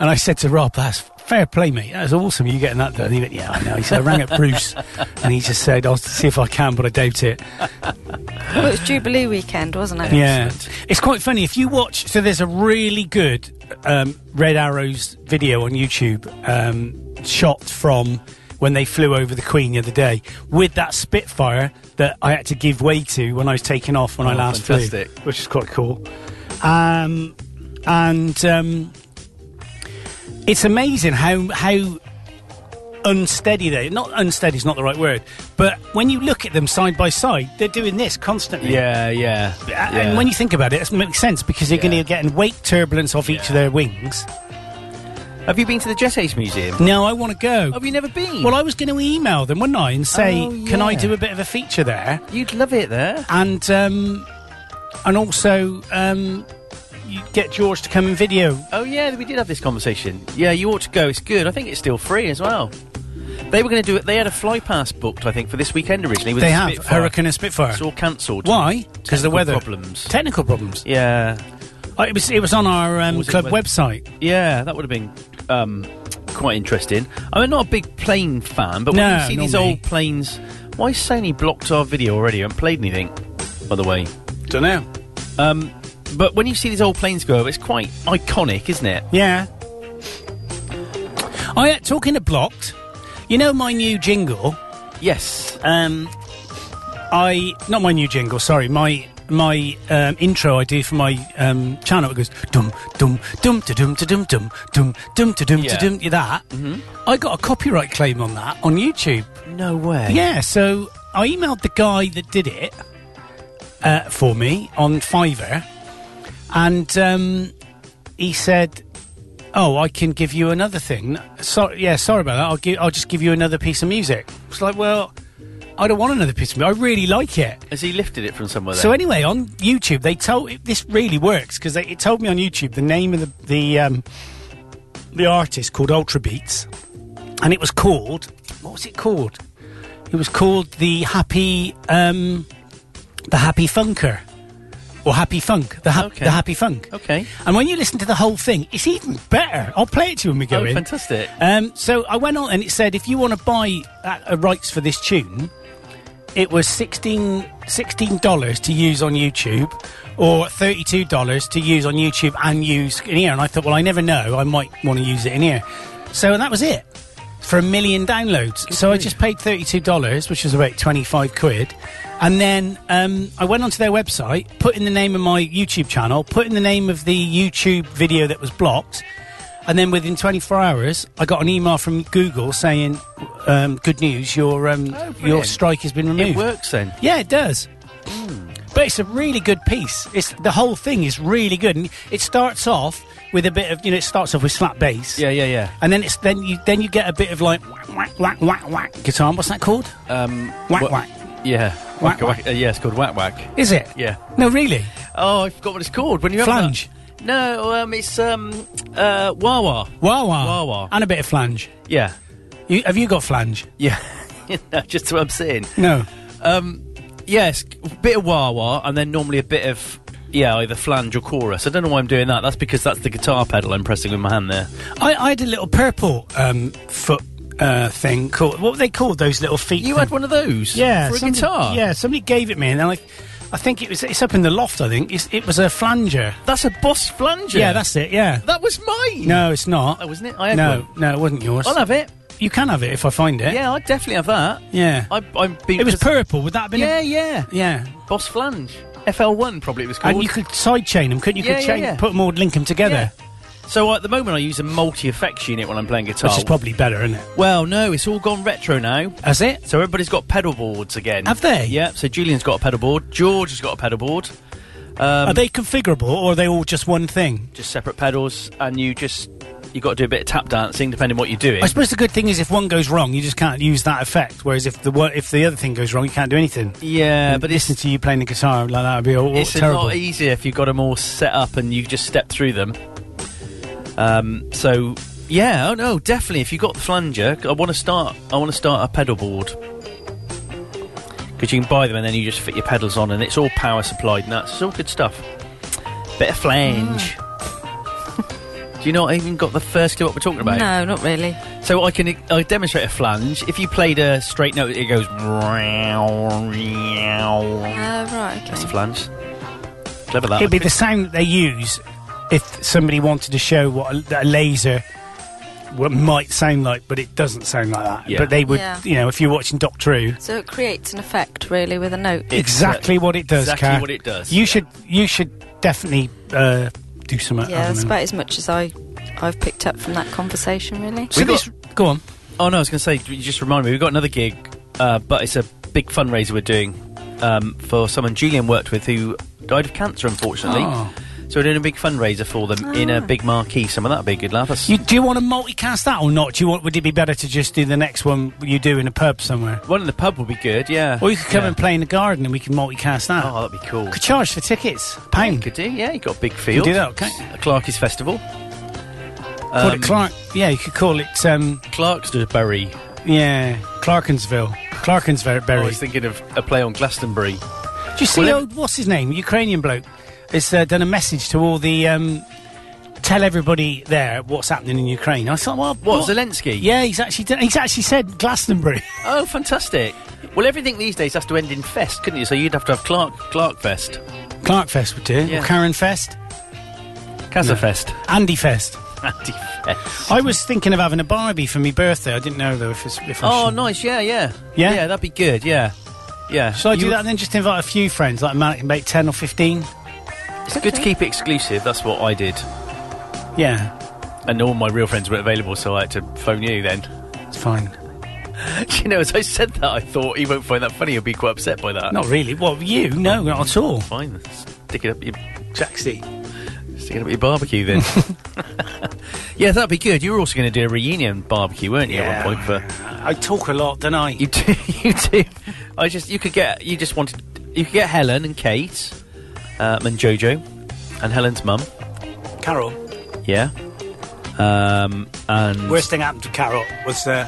[SPEAKER 1] and I said to Rob, "That's fair play, mate. That's awesome. You getting that done?" He went, "Yeah, I know." He said, "I rang up Bruce, [LAUGHS] and he just said, I'll see if I can, but I doubt it."
[SPEAKER 3] Well, it was Jubilee weekend, wasn't it?
[SPEAKER 1] Yeah, it's quite funny if you watch. So there's a really good um, Red Arrows video on YouTube, um, shot from when they flew over the Queen the other day with that Spitfire that I had to give way to when I was taking off when I
[SPEAKER 2] Oh,
[SPEAKER 1] last
[SPEAKER 2] fantastic.
[SPEAKER 1] flew, which is quite cool. Um, and um, it's amazing how how unsteady they not unsteady is not the right word but when you look at them side by side they're doing this constantly
[SPEAKER 2] Yeah, yeah.
[SPEAKER 1] a- And when you think about it, it makes sense because you're
[SPEAKER 2] Yeah.
[SPEAKER 1] going to get wake turbulence off each of their wings.
[SPEAKER 2] have you been to the Jet Age Museum?
[SPEAKER 1] Now I want to go.
[SPEAKER 2] Have you never been?
[SPEAKER 1] well, I was going to email them, wouldn't I, and say,
[SPEAKER 2] Oh,
[SPEAKER 1] "Can I
[SPEAKER 2] yeah.
[SPEAKER 1] do a bit of a feature there?"
[SPEAKER 2] you'd love it there.
[SPEAKER 1] And um, and also um, you get George to come and video.
[SPEAKER 2] Oh yeah, we did have this conversation. Yeah, you ought to go. It's good. I think it's still free as well. They were going to do it. They had a fly pass booked, I think, for this weekend originally. With
[SPEAKER 1] they
[SPEAKER 2] the
[SPEAKER 1] have
[SPEAKER 2] Spitfire.
[SPEAKER 1] Hurricane and Spitfire.
[SPEAKER 2] It's all cancelled.
[SPEAKER 1] Why? Because the
[SPEAKER 2] Technical
[SPEAKER 1] weather
[SPEAKER 2] problems.
[SPEAKER 1] Technical problems.
[SPEAKER 2] yeah,
[SPEAKER 1] Uh, it was it was on our um,
[SPEAKER 2] Was it
[SPEAKER 1] club
[SPEAKER 2] weather-
[SPEAKER 1] website.
[SPEAKER 2] yeah. That would have been um, quite interesting. I'm mean, not a big plane fan, but when
[SPEAKER 1] No,
[SPEAKER 2] you see
[SPEAKER 1] not
[SPEAKER 2] these
[SPEAKER 1] me.
[SPEAKER 2] old planes, why has Sony blocked our video already? I haven't played anything, by the way.
[SPEAKER 1] Don't know.
[SPEAKER 2] But when you see these old planes go over, it's quite iconic, isn't it?
[SPEAKER 1] Yeah. I uh, talking of blocked. You know my new jingle.
[SPEAKER 2] Yes.
[SPEAKER 1] Um, I not my new jingle. Sorry, my my um, intro I do for my um, channel. It goes dum dum dum to dum to dum dum dum dum to dum to
[SPEAKER 2] Yeah.
[SPEAKER 1] dum. That I got a copyright claim on that on YouTube.
[SPEAKER 2] No way.
[SPEAKER 1] Yeah, so I emailed the guy that did it uh, for me on Fiverr, and um, he said, "Oh, I can give you another thing." Sorry, yeah, sorry about that. I'll give, I'll just give you another piece of music. It's like, well, I don't want another piece of music. I really like it.
[SPEAKER 2] Has he lifted it from somewhere?
[SPEAKER 1] So
[SPEAKER 2] then?
[SPEAKER 1] anyway, on YouTube, they told it- this really works because it told me on YouTube the name of the the, um, the artist called Ultra Beats, and it was called what was it called? It was called the Happy um, the Happy Funker or Happy Funk the, hap
[SPEAKER 2] Okay.
[SPEAKER 1] the Happy Funk.
[SPEAKER 2] Okay.
[SPEAKER 1] And when you listen to the whole thing, it's even better. I'll play it to you when we go
[SPEAKER 2] Oh,
[SPEAKER 1] in.
[SPEAKER 2] fantastic.
[SPEAKER 1] Um, so I went on and it said if you want to buy uh, uh, rights for this tune, it was 16 dollars to use on YouTube, or thirty-two dollars to use on YouTube and use in here. And I thought, well, I never know, I might want to use it in here. So that was it. for a million downloads. so I just paid thirty-two dollars, which was about twenty-five quid, and then um, I went onto their website, put in the name of my YouTube channel, put in the name of the YouTube video that was blocked, and then within twenty-four hours, I got an email from Google saying, um, "Good news, your um, your
[SPEAKER 2] Oh, brilliant.
[SPEAKER 1] strike has been removed."
[SPEAKER 2] It Hmm. works then.
[SPEAKER 1] Yeah, it does. But it's a really good piece. It's the whole thing is really good, and it starts off with a bit of you know it starts off with slap bass.
[SPEAKER 2] Yeah, yeah, yeah.
[SPEAKER 1] And then it's then you then you get a bit of like whack whack whack whack whack guitar. What's that called?
[SPEAKER 2] Um,
[SPEAKER 1] Whack,
[SPEAKER 2] wha-
[SPEAKER 1] whack.
[SPEAKER 2] Yeah.
[SPEAKER 1] Whack,
[SPEAKER 2] Whack, whack. Uh, yeah, it's called whack whack.
[SPEAKER 1] Is it?
[SPEAKER 2] Yeah.
[SPEAKER 1] No, really.
[SPEAKER 2] Oh, I forgot what it's called. When you have
[SPEAKER 1] Flange.
[SPEAKER 2] that- No, um, it's um, uh, wah wah.
[SPEAKER 1] Wah wah.
[SPEAKER 2] Wah wah.
[SPEAKER 1] And a bit of flange.
[SPEAKER 2] Yeah,
[SPEAKER 1] You, have you got flange?
[SPEAKER 2] yeah. [LAUGHS] No, Just what I'm saying. Um,
[SPEAKER 1] No.
[SPEAKER 2] Yes, a bit of wah wah, and then normally a bit of yeah, either flange or chorus. I don't know why I'm doing that. That's because that's the guitar pedal I'm pressing with my hand there.
[SPEAKER 1] I, I had a little purple um, foot uh, thing called what were they called? Those little feet.
[SPEAKER 2] You
[SPEAKER 1] thing?
[SPEAKER 2] had one of those.
[SPEAKER 1] Yeah,
[SPEAKER 2] for a
[SPEAKER 1] somebody-
[SPEAKER 2] guitar.
[SPEAKER 1] Yeah, somebody gave it me, and then I, I think it was it's up in the loft. I think it's, it was a flanger.
[SPEAKER 2] that's a boss flanger.
[SPEAKER 1] Yeah, that's it. Yeah.
[SPEAKER 2] that was mine.
[SPEAKER 1] No, it's not.
[SPEAKER 2] Oh, wasn't it? I had
[SPEAKER 1] no,
[SPEAKER 2] one.
[SPEAKER 1] no, it wasn't yours.
[SPEAKER 2] I'll have it.
[SPEAKER 1] You can have it if I find it.
[SPEAKER 2] Yeah, I definitely have that.
[SPEAKER 1] Yeah.
[SPEAKER 2] I, I'm being
[SPEAKER 1] it was
[SPEAKER 2] just-
[SPEAKER 1] purple. Would that have been?
[SPEAKER 2] Yeah,
[SPEAKER 1] a-
[SPEAKER 2] yeah.
[SPEAKER 1] yeah.
[SPEAKER 2] Boss flange. FL1 probably it was called.
[SPEAKER 1] And you could sidechain them, couldn't you?
[SPEAKER 2] Yeah,
[SPEAKER 1] could
[SPEAKER 2] yeah,
[SPEAKER 1] chain,
[SPEAKER 2] yeah.
[SPEAKER 1] put them all, link them together,
[SPEAKER 2] So uh, at the moment, I use a multi-effects unit when I'm playing guitar.
[SPEAKER 1] which is probably better, isn't it?
[SPEAKER 2] well, no, it's all gone retro now.
[SPEAKER 1] That's it.
[SPEAKER 2] So everybody's got pedal boards again.
[SPEAKER 1] Have they?
[SPEAKER 2] Yeah. So Julian's got a pedal board. George has got a pedal board.
[SPEAKER 1] are they configurable, or are they all just one thing?
[SPEAKER 2] Just separate pedals, and you just you got to do a bit of tap dancing depending what you're doing.
[SPEAKER 1] I suppose the good thing is if one goes wrong, you just can't use that effect. Whereas if the one, if the other thing goes wrong, you can't do anything.
[SPEAKER 2] yeah,
[SPEAKER 1] And
[SPEAKER 2] but it's
[SPEAKER 1] listen to you playing the guitar like that would be all, all
[SPEAKER 2] it's a
[SPEAKER 1] terrible.
[SPEAKER 2] lot easier if you've got them all set up and you just step through them. Um, so yeah, oh no, definitely. If you've got the flanger, I want to start. I want to start a pedal board because you can buy them and then you just fit your pedals on, and it's all power supplied. Nuts, it's all good stuff. Bit of flange. [LAUGHS] Do you not even got the first clue what we're talking about?
[SPEAKER 3] No, not really.
[SPEAKER 2] So I can I demonstrate a flange. If you played a straight note, it goes. [LAUGHS] That's
[SPEAKER 3] Uh, right, okay.
[SPEAKER 2] a flange. Clever that.
[SPEAKER 1] It'd be the sound that they use if somebody wanted to show what a, that a laser what might sound like, but it doesn't sound like that.
[SPEAKER 2] Yeah.
[SPEAKER 1] But they would,
[SPEAKER 3] Yeah.
[SPEAKER 1] you know, if you're watching Doctor Who,
[SPEAKER 3] So it creates an effect, really, with a note.
[SPEAKER 1] exactly what it does.
[SPEAKER 2] uh, exactly
[SPEAKER 1] Kat.
[SPEAKER 2] what it does,
[SPEAKER 1] You
[SPEAKER 2] yeah.
[SPEAKER 1] should, you should definitely uh, do some.
[SPEAKER 3] yeah, that's about as much as I, I've picked up from that conversation, really.
[SPEAKER 1] So
[SPEAKER 2] We
[SPEAKER 1] this, go on.
[SPEAKER 2] Oh no, I was going to say, you just remind me, we've got another gig, uh, but it's a big fundraiser we're doing um, for someone Julian worked with who died of cancer, unfortunately.
[SPEAKER 1] Oh. Ah.
[SPEAKER 2] So we're doing a big fundraiser for them in a big marquee. Some of that would be a good laugh. That's-
[SPEAKER 1] You, do you want to multicast that or not? Do you want? Would it be better to just do the next one you do in a pub somewhere,
[SPEAKER 2] one in the pub would be good, yeah.
[SPEAKER 1] or you could come
[SPEAKER 2] Yeah.
[SPEAKER 1] and play in the garden and we can multicast that?
[SPEAKER 2] Oh, that'd be cool.
[SPEAKER 1] Could charge for tickets, pound.
[SPEAKER 2] Could do, yeah. You got a big field.
[SPEAKER 1] do that, okay.
[SPEAKER 2] A Clark's Festival.
[SPEAKER 1] call
[SPEAKER 2] Um,
[SPEAKER 1] it Clark. Yeah, you could call it. Um,
[SPEAKER 2] Clarksbury.
[SPEAKER 1] Yeah, Clarkinsville. Clarkinsville
[SPEAKER 2] I
[SPEAKER 1] Berry.
[SPEAKER 2] was thinking of a play on Glastonbury.
[SPEAKER 1] Do you see
[SPEAKER 2] Oh, Well, it-
[SPEAKER 1] old, what's his name? Ukrainian bloke. Has uh, done a message to all the. Um, tell everybody there what's happening in Ukraine. I thought, well,
[SPEAKER 2] What, Zelensky?
[SPEAKER 1] Yeah, he's actually done, he's actually said Glastonbury.
[SPEAKER 2] Oh, fantastic. Well, everything these days has to end in fest, couldn't you? So you'd have to have Clark Clark Fest.
[SPEAKER 1] [LAUGHS] Clark Fest would do,
[SPEAKER 2] Yeah.
[SPEAKER 1] or Karen Fest,
[SPEAKER 2] [LAUGHS] Casafest.
[SPEAKER 1] Andy [LAUGHS] Fest.
[SPEAKER 2] Anti-fest.
[SPEAKER 1] I was thinking of having a Barbie for my birthday. I didn't know though if it's if I
[SPEAKER 2] Oh,
[SPEAKER 1] should.
[SPEAKER 2] nice. Yeah, yeah.
[SPEAKER 1] Yeah?
[SPEAKER 2] Yeah, that'd be good. Yeah. Yeah.
[SPEAKER 1] Should I do
[SPEAKER 2] You-
[SPEAKER 1] that and then? Just invite a few friends, like ma- make ten or fifteen.
[SPEAKER 2] It's good to keep it exclusive. That's what I did.
[SPEAKER 1] Yeah,
[SPEAKER 2] And all my real friends were available, so I had to phone you then. [LAUGHS]
[SPEAKER 1] it's fine.
[SPEAKER 2] Do you know, as I said that, I thought he won't find that funny. He'll be quite upset by that.
[SPEAKER 1] Not really. Well, you? No, not at all.
[SPEAKER 2] Fine. Stick it up your,
[SPEAKER 1] Jaxie.
[SPEAKER 2] stick it up your
[SPEAKER 1] [LAUGHS]
[SPEAKER 2] barbecue then. [LAUGHS] yeah, that'd be good. You were also going to do a reunion barbecue, weren't you, at one point? For,
[SPEAKER 1] I talk a lot, don't I?
[SPEAKER 2] You do. [LAUGHS] You do. I just. You could get. You just wanted. You could get Helen and Kate, um, and Jojo, and Helen's mum.
[SPEAKER 1] Carol.
[SPEAKER 2] Yeah. Um, and
[SPEAKER 1] Mm. Worst thing happened to Carol was uh,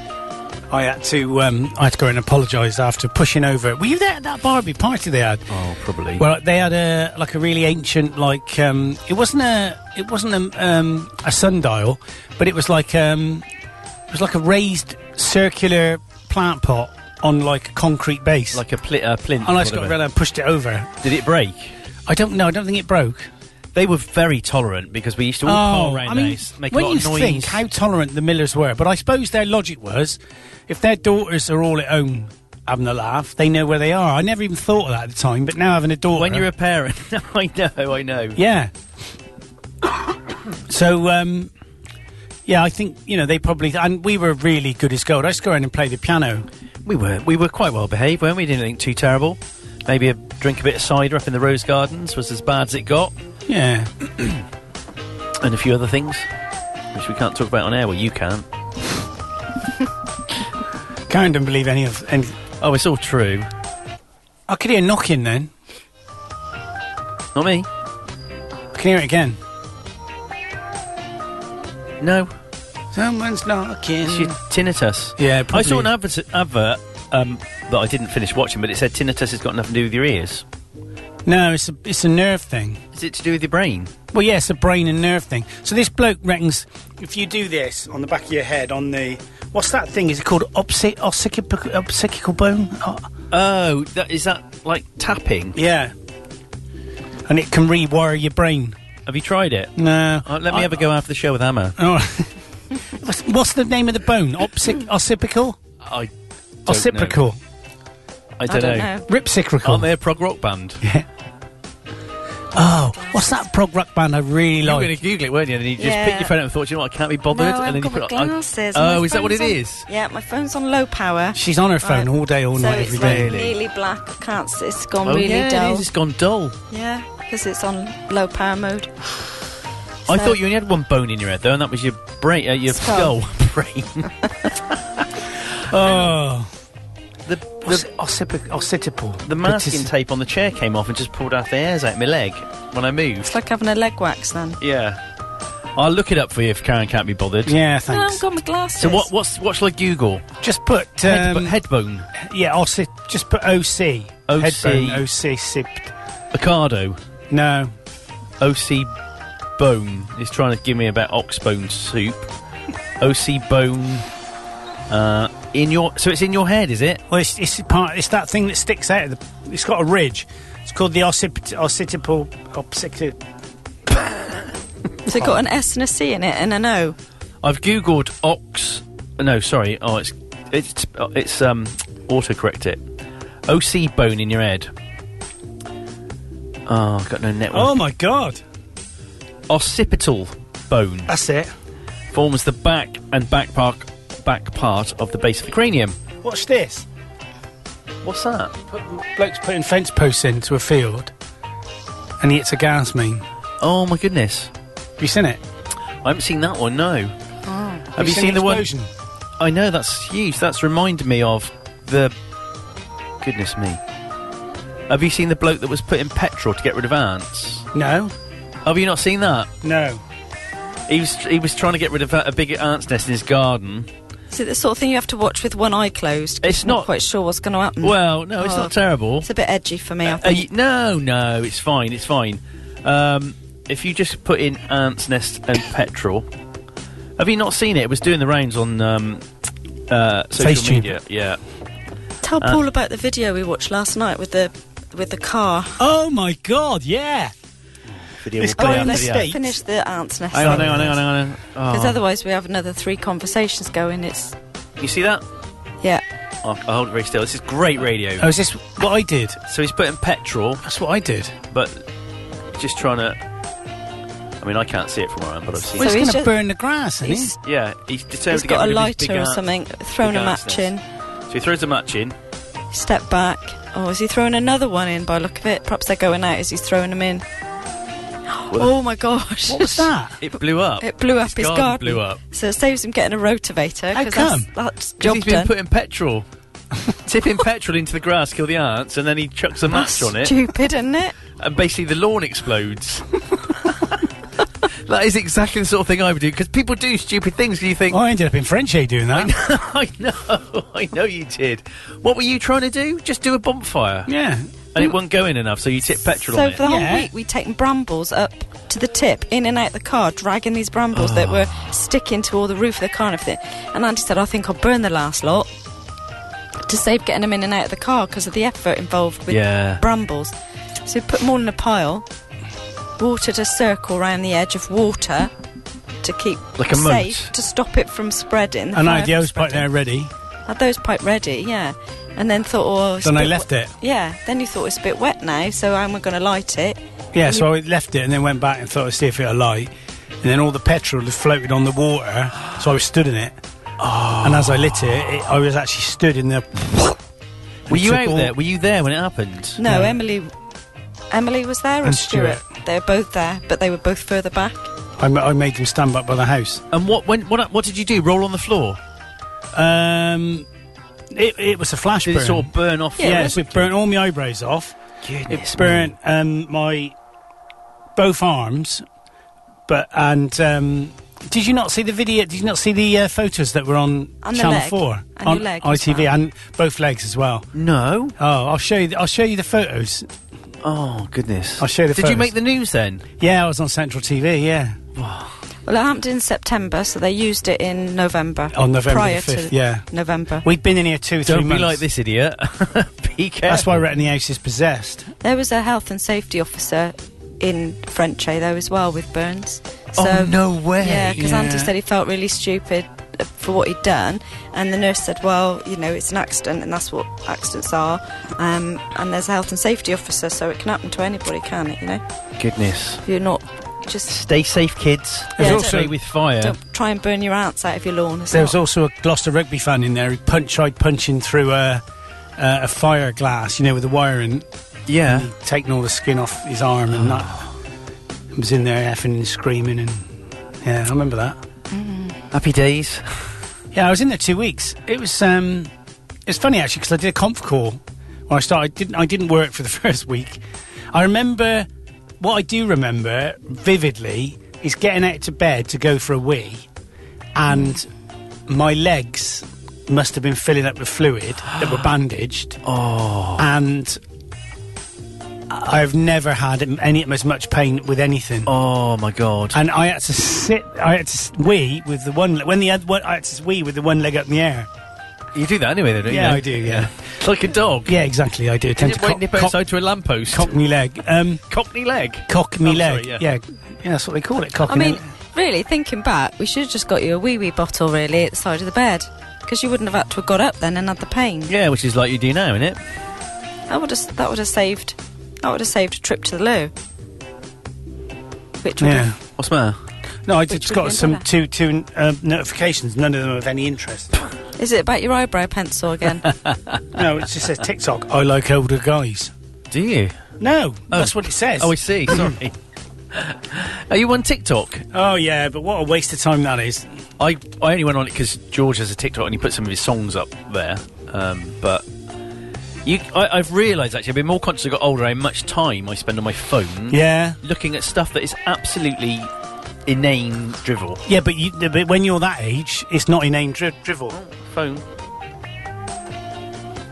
[SPEAKER 1] I had to um, I had to go and apologise after pushing over. Were you there at that Barbie party they had?
[SPEAKER 2] oh, probably.
[SPEAKER 1] Well, they had a like a really ancient like um, it wasn't a it wasn't a, um, a sundial, but it was like um, it was like a raised circular plant pot on like a concrete base.
[SPEAKER 2] like a pli- uh, plinth.
[SPEAKER 1] and I
[SPEAKER 2] or
[SPEAKER 1] just got
[SPEAKER 2] whatever.
[SPEAKER 1] around and pushed it over.
[SPEAKER 2] Did it break?
[SPEAKER 1] I don't know. I don't think it broke.
[SPEAKER 2] They were very tolerant because we used to all
[SPEAKER 1] Oh,
[SPEAKER 2] car round
[SPEAKER 1] I mean,
[SPEAKER 2] those, make
[SPEAKER 1] when
[SPEAKER 2] a lot
[SPEAKER 1] you
[SPEAKER 2] of noise.
[SPEAKER 1] think how tolerant the Millers were, but I suppose their logic was, if their daughters are all at home having a laugh, they know where they are. I never even thought of that at the time, but now having a daughter,
[SPEAKER 2] when you're a parent, [LAUGHS] I know, I know.
[SPEAKER 1] yeah. so, um, yeah, I think you know they probably and we were really good as gold. I used to go around and play the piano.
[SPEAKER 2] We were we were quite well behaved, weren't we? Didn't think too terrible. Maybe a drink a bit of cider up in the Rose Gardens was as bad as it got,
[SPEAKER 1] Yeah,
[SPEAKER 2] and a few other things which we can't talk about on air. Well, you can.
[SPEAKER 1] Karen don't believe any of. Any,
[SPEAKER 2] Oh, it's all true.
[SPEAKER 1] I could hear knocking then.
[SPEAKER 2] Not me.
[SPEAKER 1] I can hear it again.
[SPEAKER 2] No,
[SPEAKER 1] Someone's knocking.
[SPEAKER 2] it's your tinnitus.
[SPEAKER 1] Yeah,
[SPEAKER 2] I
[SPEAKER 1] probably.
[SPEAKER 2] saw an advert, advert um, that I didn't finish watching, but it said tinnitus has got nothing to do with your ears.
[SPEAKER 1] No, it's a it's a nerve thing.
[SPEAKER 2] Is it to do with your brain?
[SPEAKER 1] Well, yeah, it's a brain and nerve thing. So this bloke reckons if you do this on the back of your head, on the what's that thing? Is it called opsi- ossic- opsical bone? O-
[SPEAKER 2] Oh, that, is that like tapping?
[SPEAKER 1] yeah, and it can rewire your brain.
[SPEAKER 2] Have you tried it?
[SPEAKER 1] No,
[SPEAKER 2] Uh, let me have a go after the show with Hammer.
[SPEAKER 1] Oh. [LAUGHS] what's, what's the name of the bone? Opsic- occipital,
[SPEAKER 2] I don't know.
[SPEAKER 1] occipital,
[SPEAKER 2] I
[SPEAKER 3] I
[SPEAKER 2] don't,
[SPEAKER 3] don't
[SPEAKER 2] know.
[SPEAKER 3] know.
[SPEAKER 1] ripsicrical.
[SPEAKER 2] Aren't they a prog rock band?
[SPEAKER 1] oh, what's that prog rock band I really
[SPEAKER 2] You were
[SPEAKER 1] like?
[SPEAKER 2] going to Google it, weren't you? And then you just
[SPEAKER 3] Yeah.
[SPEAKER 2] picked your phone up and thought, you know what, Oh, I can't be
[SPEAKER 3] No,
[SPEAKER 2] bothered.
[SPEAKER 3] I've
[SPEAKER 2] and then
[SPEAKER 3] got
[SPEAKER 2] you
[SPEAKER 3] my
[SPEAKER 2] on-
[SPEAKER 3] glasses. and
[SPEAKER 2] Oh,
[SPEAKER 3] my
[SPEAKER 2] is that what it
[SPEAKER 3] phone's on-
[SPEAKER 2] is?
[SPEAKER 3] Yeah, my phone's on low power.
[SPEAKER 1] She's on her phone all day, all
[SPEAKER 3] so
[SPEAKER 1] night,
[SPEAKER 3] it's
[SPEAKER 1] every day.
[SPEAKER 3] like nearly black. I can't. s- It's gone
[SPEAKER 2] Oh,
[SPEAKER 3] really
[SPEAKER 2] yeah,
[SPEAKER 3] dull.
[SPEAKER 2] It is. It's gone dull.
[SPEAKER 3] Yeah, because it's on low power mode.
[SPEAKER 2] I
[SPEAKER 3] So-
[SPEAKER 2] thought you only had one bone in your head, though, and that was your brain, uh, your skull, [LAUGHS]
[SPEAKER 3] Skull.
[SPEAKER 2] brain.
[SPEAKER 1] Oh,
[SPEAKER 2] The,
[SPEAKER 1] what's
[SPEAKER 2] the,
[SPEAKER 1] it? Occipit- occipital.
[SPEAKER 2] the masking tape on the chair came off and just pulled out the hairs out my leg when I moved.
[SPEAKER 3] It's like having a leg wax then.
[SPEAKER 2] Yeah. I'll look it up for you if Karen can't be bothered.
[SPEAKER 1] Yeah,
[SPEAKER 3] No,
[SPEAKER 1] thanks.
[SPEAKER 3] I've got my glasses.
[SPEAKER 2] So what? What's what shall I Google?
[SPEAKER 1] Just put
[SPEAKER 2] Head,
[SPEAKER 1] um,
[SPEAKER 2] headbone,
[SPEAKER 1] Yeah, I'll sit, just put OC.
[SPEAKER 2] OC.
[SPEAKER 1] Headphone, OC sipped.
[SPEAKER 2] Ocado,
[SPEAKER 1] No.
[SPEAKER 2] OC bone. He's trying to give me about oxbone soup. OC bone. Uh, in your so it's in your head, is it?
[SPEAKER 1] Well, it's, it's part. It's that thing that sticks out. Of the, it's got a ridge. It's called the occipit- occipital. Occipit-
[SPEAKER 3] Has it got an S and a C in it and an O?
[SPEAKER 2] I've googled ox. No, sorry. Oh, it's it's it's um autocorrect it. OC bone in your head. Oh, I've got no
[SPEAKER 1] oh
[SPEAKER 2] network.
[SPEAKER 1] my god!
[SPEAKER 2] Oh. Occipital bone
[SPEAKER 1] That's it.
[SPEAKER 2] forms the back and back part back part of the base of the cranium.
[SPEAKER 1] Watch this.
[SPEAKER 2] What's that?
[SPEAKER 1] Put, bloke's putting fence posts into a field, and he hits a gas main. Have
[SPEAKER 2] Oh my goodness!
[SPEAKER 1] you seen it?
[SPEAKER 2] I haven't seen that one. No. Oh, Have you seen,
[SPEAKER 1] the
[SPEAKER 2] the one?
[SPEAKER 1] explosion?
[SPEAKER 2] I know that's huge. That's reminded me of the. Goodness me. Have you seen the bloke that was putting petrol to get rid of ants?
[SPEAKER 1] No,
[SPEAKER 2] Have you not seen that?
[SPEAKER 1] no.
[SPEAKER 2] He was he was trying to get rid of a, a big ant's nest in his garden.
[SPEAKER 3] Is it the sort of thing you have to watch with one eye closed? 'Cause
[SPEAKER 2] It's
[SPEAKER 3] you're
[SPEAKER 2] not-
[SPEAKER 3] quite sure what's going to happen.
[SPEAKER 2] Well, no, it's
[SPEAKER 3] Oh.
[SPEAKER 2] not terrible. Uh,
[SPEAKER 3] it's a bit edgy for me. I
[SPEAKER 2] Are
[SPEAKER 3] think.
[SPEAKER 2] you- no, no, it's fine. It's fine. Um, if you just put in ant's nest and petrol, have you not seen it? It was doing the rounds on um, uh, social
[SPEAKER 1] FaceTube.
[SPEAKER 2] media. Yeah,
[SPEAKER 3] Tell
[SPEAKER 2] uh,
[SPEAKER 3] Paul about the video we watched last night with the with the car.
[SPEAKER 1] Oh my god! Yeah.
[SPEAKER 2] video
[SPEAKER 1] This
[SPEAKER 2] will play
[SPEAKER 1] guy in
[SPEAKER 2] after
[SPEAKER 1] the
[SPEAKER 2] the ad.
[SPEAKER 1] States-
[SPEAKER 3] Finish the ants nest.
[SPEAKER 2] Oh, Hang on, hang on, hang on, hang on.
[SPEAKER 3] Because
[SPEAKER 2] Oh.
[SPEAKER 3] otherwise we have another three conversations going. It's
[SPEAKER 2] You see that?
[SPEAKER 3] yeah.
[SPEAKER 2] Oh, I hold it very still. This is great radio.
[SPEAKER 1] Oh, is this what I did?
[SPEAKER 2] So he's putting petrol,
[SPEAKER 1] That's what I did.
[SPEAKER 2] but just trying to. I mean, I can't see it from where I am, but I've seen.
[SPEAKER 1] Well,
[SPEAKER 3] So
[SPEAKER 1] he's
[SPEAKER 3] he's
[SPEAKER 1] going to
[SPEAKER 3] just-
[SPEAKER 1] burn the grass, isn't he?
[SPEAKER 3] He's,
[SPEAKER 2] Yeah, he's determined
[SPEAKER 3] he's
[SPEAKER 2] to get
[SPEAKER 3] got a
[SPEAKER 2] rid of his big
[SPEAKER 3] lighter or
[SPEAKER 2] ant-
[SPEAKER 3] something. Thrown
[SPEAKER 2] big
[SPEAKER 3] a
[SPEAKER 2] ant's
[SPEAKER 3] match in.
[SPEAKER 2] nest. So he throws a match in.
[SPEAKER 3] Step back. Oh, is he throwing another one in? By the look of it, perhaps they're going out as he's throwing them in. oh my gosh!
[SPEAKER 1] What was that?
[SPEAKER 2] It blew up.
[SPEAKER 3] [LAUGHS] It blew up his,
[SPEAKER 2] garden
[SPEAKER 3] garden.
[SPEAKER 2] blew up.
[SPEAKER 3] So it saves him getting a rotavator.
[SPEAKER 1] How
[SPEAKER 3] 'cause
[SPEAKER 1] come?
[SPEAKER 3] That's, that's
[SPEAKER 2] 'Cause
[SPEAKER 3] job
[SPEAKER 2] He's been
[SPEAKER 3] done.
[SPEAKER 2] putting
[SPEAKER 3] [LAUGHS]
[SPEAKER 2] petrol, tipping petrol into the grass, kill the ants, and then he chucks a match
[SPEAKER 3] That's
[SPEAKER 2] on it,
[SPEAKER 3] Stupid, isn't it?
[SPEAKER 2] and basically the lawn
[SPEAKER 3] [LAUGHS]
[SPEAKER 2] explodes. that is exactly the sort of thing I would do because people do stupid things. And you think,
[SPEAKER 1] I ended up in Frenchy doing that.
[SPEAKER 2] I know, [LAUGHS] I know you did. What were you trying to do? Just do a bonfire.
[SPEAKER 3] [LAUGHS]
[SPEAKER 1] yeah.
[SPEAKER 2] And it wasn't going enough, so you tipped petrol
[SPEAKER 3] so
[SPEAKER 2] on it.
[SPEAKER 3] for the whole
[SPEAKER 1] Yeah.
[SPEAKER 3] week, we'd taken brambles up to the tip, in and out the car, dragging these brambles that were
[SPEAKER 2] Ah.
[SPEAKER 3] sticking to all the roof of the car and everything. And Andy said, I think I'll burn the last lot to save getting them in and out of the car because of the effort involved with
[SPEAKER 2] Yeah.
[SPEAKER 3] brambles. So we put them all in a pile. watered a circle around the edge of water to keep
[SPEAKER 2] Like a moat.
[SPEAKER 3] safe to stop it from spreading.
[SPEAKER 1] And I
[SPEAKER 3] fire
[SPEAKER 1] had the
[SPEAKER 3] from
[SPEAKER 1] hose pipe there
[SPEAKER 3] spreading.
[SPEAKER 1] ready.
[SPEAKER 3] Had those pipe ready, yeah. And then thought, oh, it's a
[SPEAKER 1] Then I
[SPEAKER 3] bit
[SPEAKER 1] left
[SPEAKER 3] wet-
[SPEAKER 1] it.
[SPEAKER 3] Yeah. Then you thought it's a bit wet now, so I'm going to light it.
[SPEAKER 1] Yeah, so I left it and then went back and thought I'd see if it would light. And then all the petrol had floated on the water, so I was stood in it.
[SPEAKER 2] Oh.
[SPEAKER 1] And as I lit it, it I was actually stood in the.
[SPEAKER 2] Were you
[SPEAKER 1] took
[SPEAKER 2] out
[SPEAKER 1] all-
[SPEAKER 2] there? Were you there when it happened?
[SPEAKER 3] No, Emily, Emily was there, and
[SPEAKER 1] And
[SPEAKER 3] Stuart. They were both there, but they were both further back.
[SPEAKER 1] I, ma- I made them stand back by the house.
[SPEAKER 2] And what? When? What? What did you do? Roll on the floor?
[SPEAKER 1] Um, it, it was a flash
[SPEAKER 2] Did
[SPEAKER 1] burn.
[SPEAKER 2] it sort of burn off?
[SPEAKER 1] yeah, so it burnt all my eyebrows off.
[SPEAKER 2] Goodness
[SPEAKER 1] it burnt um, my both arms, but and um, did you not see the video? Did you not see the uh, photos that were on
[SPEAKER 3] And the
[SPEAKER 1] Channel
[SPEAKER 3] leg.
[SPEAKER 1] Four
[SPEAKER 3] And your
[SPEAKER 1] on
[SPEAKER 3] leg as
[SPEAKER 1] ITV
[SPEAKER 3] well.
[SPEAKER 1] and both legs as well?
[SPEAKER 2] No.
[SPEAKER 1] Oh, I'll show you. The, I'll show you the photos.
[SPEAKER 2] Oh goodness.
[SPEAKER 1] I'll show you the
[SPEAKER 2] Did you
[SPEAKER 1] photos.
[SPEAKER 2] make the news then?
[SPEAKER 1] Yeah, I was on Central TV. Yeah,
[SPEAKER 3] Well, it happened in September, so they used it in November.
[SPEAKER 1] On November
[SPEAKER 3] prior
[SPEAKER 1] the 5th,
[SPEAKER 3] to
[SPEAKER 1] yeah.
[SPEAKER 3] November.
[SPEAKER 1] we've been in here two, three
[SPEAKER 2] Don't be
[SPEAKER 1] months.
[SPEAKER 2] like this idiot. [LAUGHS] be careful.
[SPEAKER 1] That's why Retin the House is possessed.
[SPEAKER 3] There was a health and safety officer in Frenchay though as well with Burns.
[SPEAKER 2] Oh, no way.
[SPEAKER 3] Yeah, because
[SPEAKER 1] Yeah.
[SPEAKER 3] Andy said he felt really stupid uh, for what he'd done, and the nurse said, "Well, you know, it's an accident, and that's what accidents are. Um, and there's a health and safety officer, so it can happen to anybody, can it? You know,
[SPEAKER 2] Goodness.
[SPEAKER 3] if you're not just
[SPEAKER 2] Stay safe, kids.
[SPEAKER 1] There's
[SPEAKER 3] Yeah,
[SPEAKER 2] Don't
[SPEAKER 1] also-
[SPEAKER 2] play with fire.
[SPEAKER 3] don't try and burn your ants out of your lawn. It's
[SPEAKER 1] There was
[SPEAKER 3] not-
[SPEAKER 1] also a Gloucester rugby fan in there who punch, tried punching through a, a, a fire glass, you know, with the wiring,
[SPEAKER 2] Yeah.
[SPEAKER 1] taking all the skin off his arm and that. He was in there effing and screaming and. Yeah, I remember that.
[SPEAKER 2] Happy days.
[SPEAKER 1] Yeah, I was in there two weeks. It was um, it's funny actually because I did a conf call when I started. I didn't I didn't work for the [LAUGHS] first week. I remember what I do remember vividly is getting out to bed to go for a wee, and my legs must have been filling up with fluid that were bandaged. Oh, and. I've never had any as much pain with anything.
[SPEAKER 2] Oh my god.
[SPEAKER 1] And I had to sit. I had to s- wee with the one le- when the other one. I had to wee with the one leg up in the air.
[SPEAKER 2] You do that anyway, though, don't
[SPEAKER 1] Yeah,
[SPEAKER 2] you?
[SPEAKER 1] I do, yeah.
[SPEAKER 2] like a dog.
[SPEAKER 1] Yeah, exactly. I do tend
[SPEAKER 2] Didn't
[SPEAKER 1] to
[SPEAKER 2] wait
[SPEAKER 1] cock,
[SPEAKER 2] nip
[SPEAKER 1] cock,
[SPEAKER 2] outside to a lamppost.
[SPEAKER 1] cock me leg. Um,
[SPEAKER 2] Cockney leg.
[SPEAKER 1] cock me
[SPEAKER 2] Oh,
[SPEAKER 1] leg.
[SPEAKER 2] sorry, yeah.
[SPEAKER 1] yeah, yeah, that's what they call it. Cock.
[SPEAKER 3] I mean, really, thinking back, we should have just got you a wee wee bottle, really, at the side of the bed, because you wouldn't have had to have got up then and had the pain.
[SPEAKER 2] Yeah, which is like you do now, isn't it?
[SPEAKER 3] That would have that would have saved that would have saved a trip to the loo. Which would
[SPEAKER 1] yeah.
[SPEAKER 3] have,
[SPEAKER 2] What's the matter?
[SPEAKER 1] No, I
[SPEAKER 3] Which
[SPEAKER 1] just
[SPEAKER 3] would
[SPEAKER 1] got
[SPEAKER 3] be
[SPEAKER 1] some
[SPEAKER 3] better.
[SPEAKER 1] two two um, notifications. None of them of any interest.
[SPEAKER 3] is it about your eyebrow pencil again?
[SPEAKER 1] no, it just says TikTok. I like older guys.
[SPEAKER 2] Do you?
[SPEAKER 1] No, that's what it says.
[SPEAKER 2] Oh, I [CLEARS THROAT] see. Sorry. Are you on TikTok?
[SPEAKER 1] oh yeah, but what a waste of time that is.
[SPEAKER 2] I, I only went on it because George has a TikTok and he put some of his songs up there. Um, but you, I, I've realised actually, I've been more conscious as I got older how much time I spend on my phone
[SPEAKER 1] Yeah,
[SPEAKER 2] looking at stuff that is absolutely inane drivel.
[SPEAKER 1] yeah, but, you, but when you're that age, it's not inane dri- drivel.
[SPEAKER 2] Phone.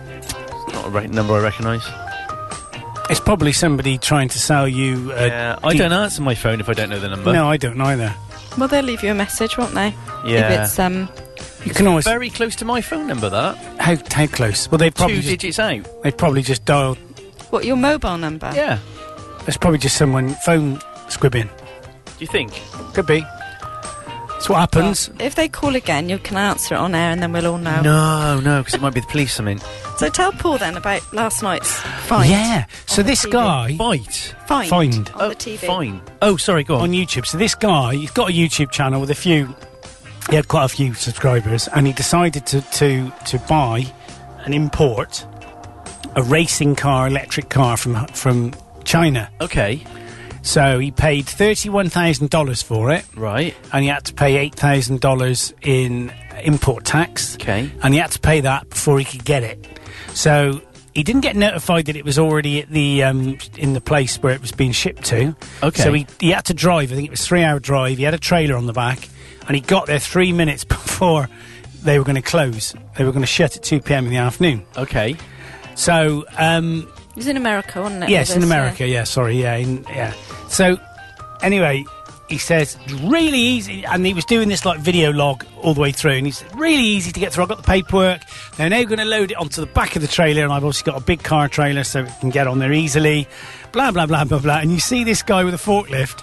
[SPEAKER 2] It's not a rec- number I recognise.
[SPEAKER 1] It's probably somebody trying to sell you. Uh,
[SPEAKER 2] Yeah, I
[SPEAKER 1] deep-
[SPEAKER 2] don't answer my phone if I don't know the number.
[SPEAKER 1] No, I don't either.
[SPEAKER 3] well, they'll leave you a message, won't they?
[SPEAKER 2] Yeah.
[SPEAKER 3] If it's um,
[SPEAKER 1] You can always
[SPEAKER 2] Very close to my phone number, that.
[SPEAKER 1] how, how close? Well, they probably
[SPEAKER 2] Two
[SPEAKER 1] just,
[SPEAKER 2] digits out.
[SPEAKER 1] they probably just dialed.
[SPEAKER 3] what your mobile number?
[SPEAKER 2] Yeah.
[SPEAKER 1] It's probably just someone phone squibbing.
[SPEAKER 2] Do you think?
[SPEAKER 1] Could be. That's what
[SPEAKER 3] Well,
[SPEAKER 1] happens.
[SPEAKER 3] if they call again, you can answer it on air, and then we'll all know.
[SPEAKER 2] No, no, because it might be the police, I mean.
[SPEAKER 3] So tell Paul then about last night's fight.
[SPEAKER 1] yeah. So
[SPEAKER 3] Oh, the
[SPEAKER 1] this
[SPEAKER 3] TV.
[SPEAKER 1] guy
[SPEAKER 2] Bite.
[SPEAKER 3] find,
[SPEAKER 1] Find.
[SPEAKER 3] on
[SPEAKER 2] oh,
[SPEAKER 3] the TV.
[SPEAKER 2] Fine. Oh, sorry, go
[SPEAKER 1] on
[SPEAKER 2] on.
[SPEAKER 1] YouTube. So this guy, he's got a YouTube channel with a few. He had quite a few subscribers, and he decided to to to buy and import a racing car, electric car from from China.
[SPEAKER 2] Okay.
[SPEAKER 1] So he paid thirty one thousand dollars for it.
[SPEAKER 2] Right.
[SPEAKER 1] and he had to pay eight thousand dollars in import tax.
[SPEAKER 2] Okay.
[SPEAKER 1] and he had to pay that before he could get it. So he didn't get notified that it was already at the um, in the place where it was being shipped to.
[SPEAKER 2] Okay.
[SPEAKER 1] so he, he had to drive. I think it was three hour drive. He had a trailer on the back, and he got there three minutes [LAUGHS] before they were going to close. They were going to shut at two p.m. in the afternoon.
[SPEAKER 2] Okay.
[SPEAKER 1] So um,
[SPEAKER 3] It was in America, wasn't it?
[SPEAKER 1] Yes,
[SPEAKER 3] All
[SPEAKER 1] in
[SPEAKER 3] this,
[SPEAKER 1] America. Yeah, sorry. Yeah, in, yeah. So, anyway, he says it's really easy, and he was doing this like video log all the way through, and he's really easy to get through. I got the paperwork. They're now going to load it onto the back of the trailer, and I've obviously got a big car trailer, so it can get on there easily. Blah blah blah blah blah. And you see this guy with a forklift,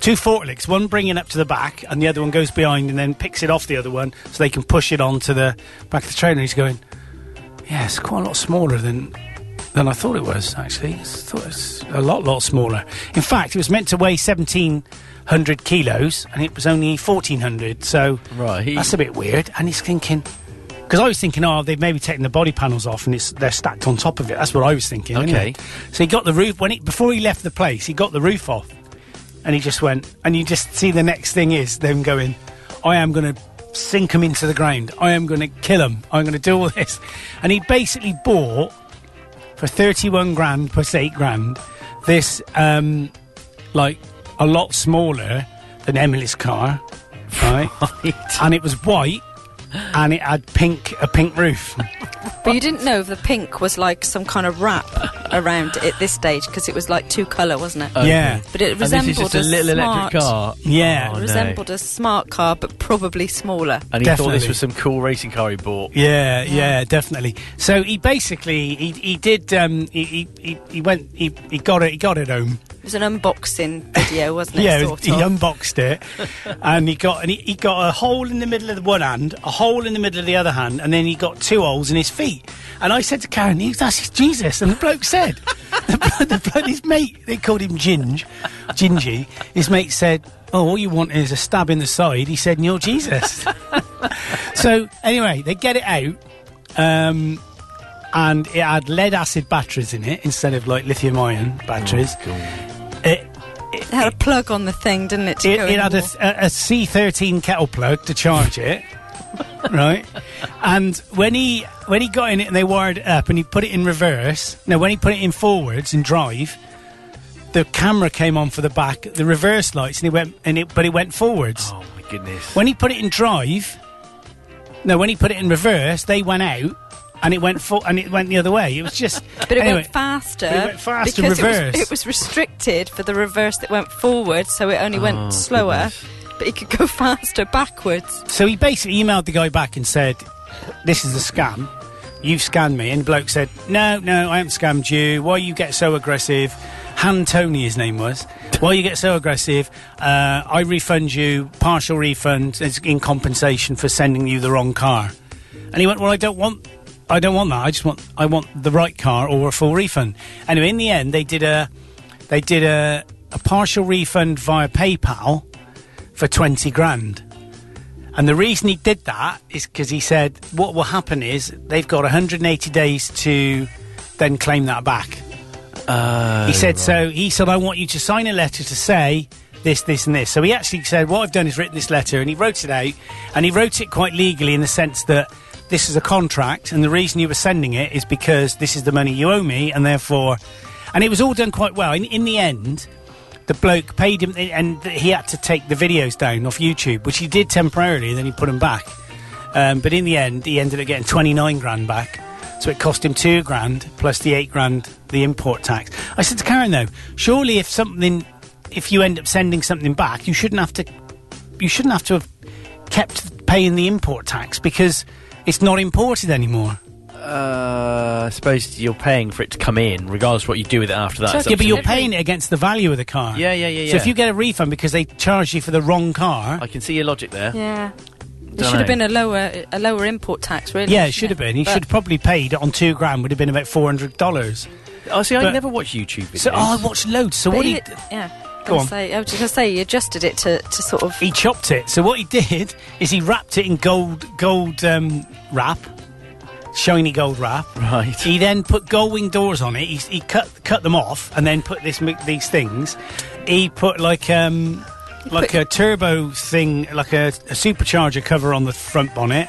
[SPEAKER 1] two forklifts, one bringing up to the back, and the other one goes behind and then picks it off the other one, so they can push it onto the back of the trailer. And he's going, yeah, it's quite a lot smaller than than I thought it was. Actually, I thought it was a lot, lot smaller. In fact, it was meant to weigh seventeen hundred kilos, and it was only fourteen hundred. So
[SPEAKER 2] Right.
[SPEAKER 1] that's a bit weird. And he's thinking because I was thinking, oh, they've maybe taken the body panels off and it's they're stacked on top of it. That's what I was thinking. anyway.
[SPEAKER 2] Okay.
[SPEAKER 1] So he got the roof when he before he left the place, he got the roof off, and he just went. And you just see the next thing is them going, I am going to sink them into the ground. I am going to kill them. I'm going to do all [LAUGHS] this. And he basically bought for 31 grand plus 8 grand this um like a lot smaller than Emily's car right and it was white and it had pink a pink roof
[SPEAKER 3] But you didn't know if the pink was like some kind of wrap around it at this stage because it was like two colour, wasn't it?
[SPEAKER 1] yeah
[SPEAKER 3] But it
[SPEAKER 2] And this is
[SPEAKER 3] resembled
[SPEAKER 2] just a little
[SPEAKER 3] smart,
[SPEAKER 2] electric car.
[SPEAKER 1] Yeah.
[SPEAKER 2] Oh,
[SPEAKER 3] It
[SPEAKER 2] no. Uh,
[SPEAKER 3] resembled a smart car, but probably smaller.
[SPEAKER 2] And he thought this
[SPEAKER 1] Definitely.
[SPEAKER 2] was some cool racing car he bought.
[SPEAKER 1] yeah yeah definitely so he basically he, he did um he, he, he, he went he, he got it he got it home
[SPEAKER 3] It was an unboxing video, wasn't it?
[SPEAKER 1] [LAUGHS] yeah it was-
[SPEAKER 3] sort
[SPEAKER 1] he
[SPEAKER 3] of.
[SPEAKER 1] unboxed
[SPEAKER 3] [LAUGHS]
[SPEAKER 1] it and he got and he, he got a hole in the middle of the one hand a hole in the middle of the other hand and then he got two holes in his feet and I said to Karen "He- that's Jesus and the bloke said [LAUGHS] the, blo- the bloke his mate they called him Ginge Gingy his mate said oh all you want is a stab in the side he said and you're Jesus [LAUGHS] so anyway they get it out um and it had lead acid batteries in it instead of like lithium ion batteries. it
[SPEAKER 3] It had a plug on the thing, didn't it? to
[SPEAKER 1] it,
[SPEAKER 3] go
[SPEAKER 1] it
[SPEAKER 3] in
[SPEAKER 1] had
[SPEAKER 3] the
[SPEAKER 1] a,
[SPEAKER 3] wall?
[SPEAKER 1] a, a C13 kettle plug to charge it, [LAUGHS] right? And when he when he got in it and they wired it up and he put it in reverse. No, when he put it in forwards and drive, the camera came on for the back, the reverse lights, and he went and it, but it went forwards.
[SPEAKER 2] Oh my goodness.
[SPEAKER 1] When he put it in drive, no, when he put it in reverse, they went out. And it went for, and it went the other way. It was just,
[SPEAKER 3] But it
[SPEAKER 1] anyway,
[SPEAKER 3] went faster.
[SPEAKER 1] it went fast in
[SPEAKER 3] because it was-
[SPEAKER 1] reverse.
[SPEAKER 3] It was, restricted for the reverse that went forward, so it only
[SPEAKER 2] Oh,
[SPEAKER 3] went slower.
[SPEAKER 2] goodness.
[SPEAKER 3] But it could go [LAUGHS] faster backwards.
[SPEAKER 1] So he basically emailed the guy back and said, "This is a scam. You've scammed me." And the bloke said, "No, no, I haven't scammed you. Why you get so aggressive?" Han Tony, his name was. Why you get so aggressive? Uh, I refund you partial refund as in compensation for sending you the wrong car. And he went, "Well, I don't want." I don't want that. I just want I want the right car or a full refund. Anyway, in the end, they did a they did a, a partial refund via PayPal for twenty grand. And the reason he did that is because he said what will happen is they've got 180 days to then claim that back. he said, so he said, I want you to sign a letter to say this, this, and this. So he actually said, what I've done is written this letter and he wrote it out and he wrote it quite legally in the sense that this is a contract and the reason you were sending it is because this is the money you owe me and therefore. And it was all done quite well. In, in the end, the bloke paid him and he had to take the videos down off YouTube, which he did temporarily, and then he put them back. Um, but in the end, he ended up getting 29 grand back. So it cost him two grand plus the eight grand, the import tax. I said to Karen, though, surely if something, if you end up sending something back, you shouldn't have to, you shouldn't have to have kept paying the import tax because it's not imported anymore.
[SPEAKER 2] Uh, I suppose you're paying for it to come in, regardless of what you do with it after that. It's
[SPEAKER 1] yeah,
[SPEAKER 2] up
[SPEAKER 1] but
[SPEAKER 2] to
[SPEAKER 1] you're
[SPEAKER 2] you.
[SPEAKER 1] paying it against the value of the car.
[SPEAKER 2] Yeah, yeah, yeah,
[SPEAKER 1] So if
[SPEAKER 2] yeah.
[SPEAKER 1] you get a refund because they charged you for the wrong car,
[SPEAKER 2] I can see your logic there.
[SPEAKER 3] Yeah. There
[SPEAKER 2] Dunno.
[SPEAKER 3] should have been a lower a lower import tax, really.
[SPEAKER 1] Yeah, it
[SPEAKER 3] shouldn't
[SPEAKER 1] should have been. He
[SPEAKER 3] But
[SPEAKER 1] should have probably paid on two grand. Would have been about four hundred dollars.
[SPEAKER 2] Oh, see, I
[SPEAKER 1] But-
[SPEAKER 2] never watch YouTube videos.
[SPEAKER 1] So oh, I watched loads. So
[SPEAKER 3] but
[SPEAKER 1] what
[SPEAKER 3] he-
[SPEAKER 1] he
[SPEAKER 3] yeah.
[SPEAKER 1] Go
[SPEAKER 3] Go
[SPEAKER 1] on.
[SPEAKER 3] on. Say, I was just going to say, you adjusted it to, to sort of.
[SPEAKER 1] he chopped it. So what he did [LAUGHS] is he wrapped it in gold gold um, wrap, shiny gold wrap.
[SPEAKER 2] Right.
[SPEAKER 1] He then put gold wing doors on it. He, he cut cut them off and then put this mi- these things. He put like um like
[SPEAKER 3] put-
[SPEAKER 1] a turbo thing, like a, a supercharger cover on the front bonnet.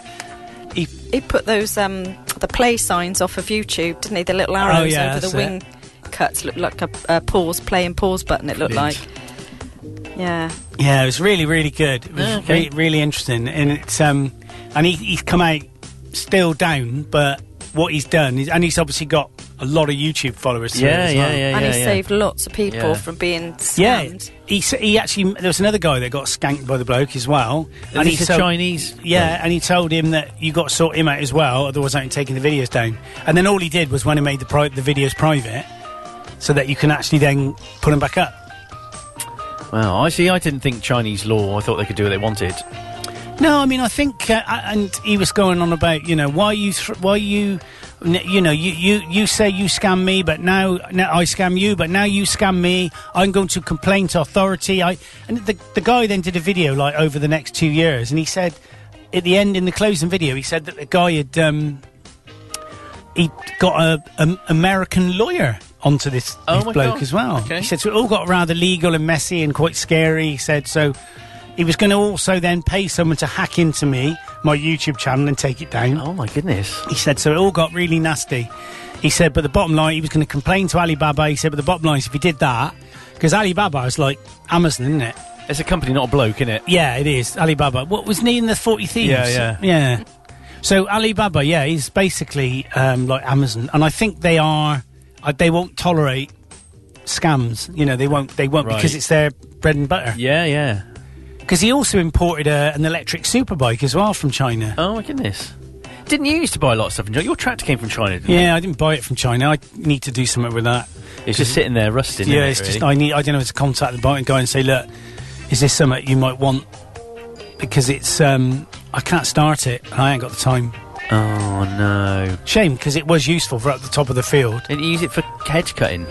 [SPEAKER 3] He put those um the play signs off of YouTube, didn't he? The little arrows
[SPEAKER 1] Oh, yeah,
[SPEAKER 3] over
[SPEAKER 1] that's
[SPEAKER 3] the wing cuts looked like a, a pause, play and pause button. It looked like. Yeah.
[SPEAKER 1] Yeah, it was really, really good. It was
[SPEAKER 2] Yeah, Oh, okay.
[SPEAKER 1] re- really interesting, and it's um, and he, he's come out still down, but what he's done is, and he's obviously got a lot of YouTube followers. to it
[SPEAKER 2] Yeah,
[SPEAKER 1] as
[SPEAKER 2] yeah,
[SPEAKER 1] well.
[SPEAKER 2] yeah,
[SPEAKER 3] and
[SPEAKER 2] yeah.
[SPEAKER 3] he
[SPEAKER 2] yeah.
[SPEAKER 3] saved lots of people
[SPEAKER 2] Yeah.
[SPEAKER 3] from being
[SPEAKER 1] Yeah,
[SPEAKER 3] scammed.
[SPEAKER 1] he s- he actually there was another guy that got skanked by the bloke as well,
[SPEAKER 2] And,
[SPEAKER 1] he
[SPEAKER 2] he's a
[SPEAKER 1] told-
[SPEAKER 2] Chinese.
[SPEAKER 1] Yeah, and he told him that you got to sort him out as well, otherwise I ain't taking the videos down. And then all he did was when he made the pri- the videos private, so that you can actually then put them back up.
[SPEAKER 2] Wow. I see. I didn't think Chinese law. I thought they could do what they wanted.
[SPEAKER 1] No, I mean I think, uh, I- and he was going on about you know why you th- why you n- you know you, you you say you scam me, but now, now I scam you, but now you scam me. I'm going to complain to authority. I and the the guy then did a video like over the next two years, and he said at the end in the closing video, he said that the guy had um, he got a an American lawyer onto this,
[SPEAKER 2] Oh
[SPEAKER 1] this
[SPEAKER 2] my
[SPEAKER 1] bloke
[SPEAKER 2] God.
[SPEAKER 1] as well.
[SPEAKER 2] Okay.
[SPEAKER 1] He said so it all got rather legal and messy and quite scary. He said so he was going to also then pay someone to hack into me, my YouTube channel, and take it down.
[SPEAKER 2] Oh my goodness.
[SPEAKER 1] He said, so it all got really nasty. He said, but the bottom line, he was going to complain to Alibaba. He said, but the bottom line is if he did that, because Alibaba is like Amazon, isn't it?
[SPEAKER 2] It's a company, not a bloke, innit?
[SPEAKER 1] Yeah, it is. Alibaba. What was he in the 40 Thieves?
[SPEAKER 2] Yeah, yeah.
[SPEAKER 1] Yeah. So Alibaba, yeah, is basically um, like Amazon. And I think they are, uh, they won't tolerate scams. You know, they won't, they won't
[SPEAKER 2] Right.
[SPEAKER 1] because it's their bread and butter.
[SPEAKER 2] Yeah, yeah.
[SPEAKER 1] Because he also imported a, an electric superbike as well from China.
[SPEAKER 2] Oh my goodness. Didn't you used to buy a lot of stuff in China? Your tractor came from China, didn't
[SPEAKER 1] Yeah, I didn't buy it from China. I need to do something with that.
[SPEAKER 2] it? It's just sitting there rusting.
[SPEAKER 1] yeah,
[SPEAKER 2] innit,
[SPEAKER 1] it's just
[SPEAKER 2] really?
[SPEAKER 1] I need. I don't know how to contact the bike guy and say, look, is this something you might want? Because it's um, I can't start it. and I ain't got the time.
[SPEAKER 2] Oh no.
[SPEAKER 1] Shame because it was useful for up the top of the field.
[SPEAKER 2] Didn't you use it for hedge cutting?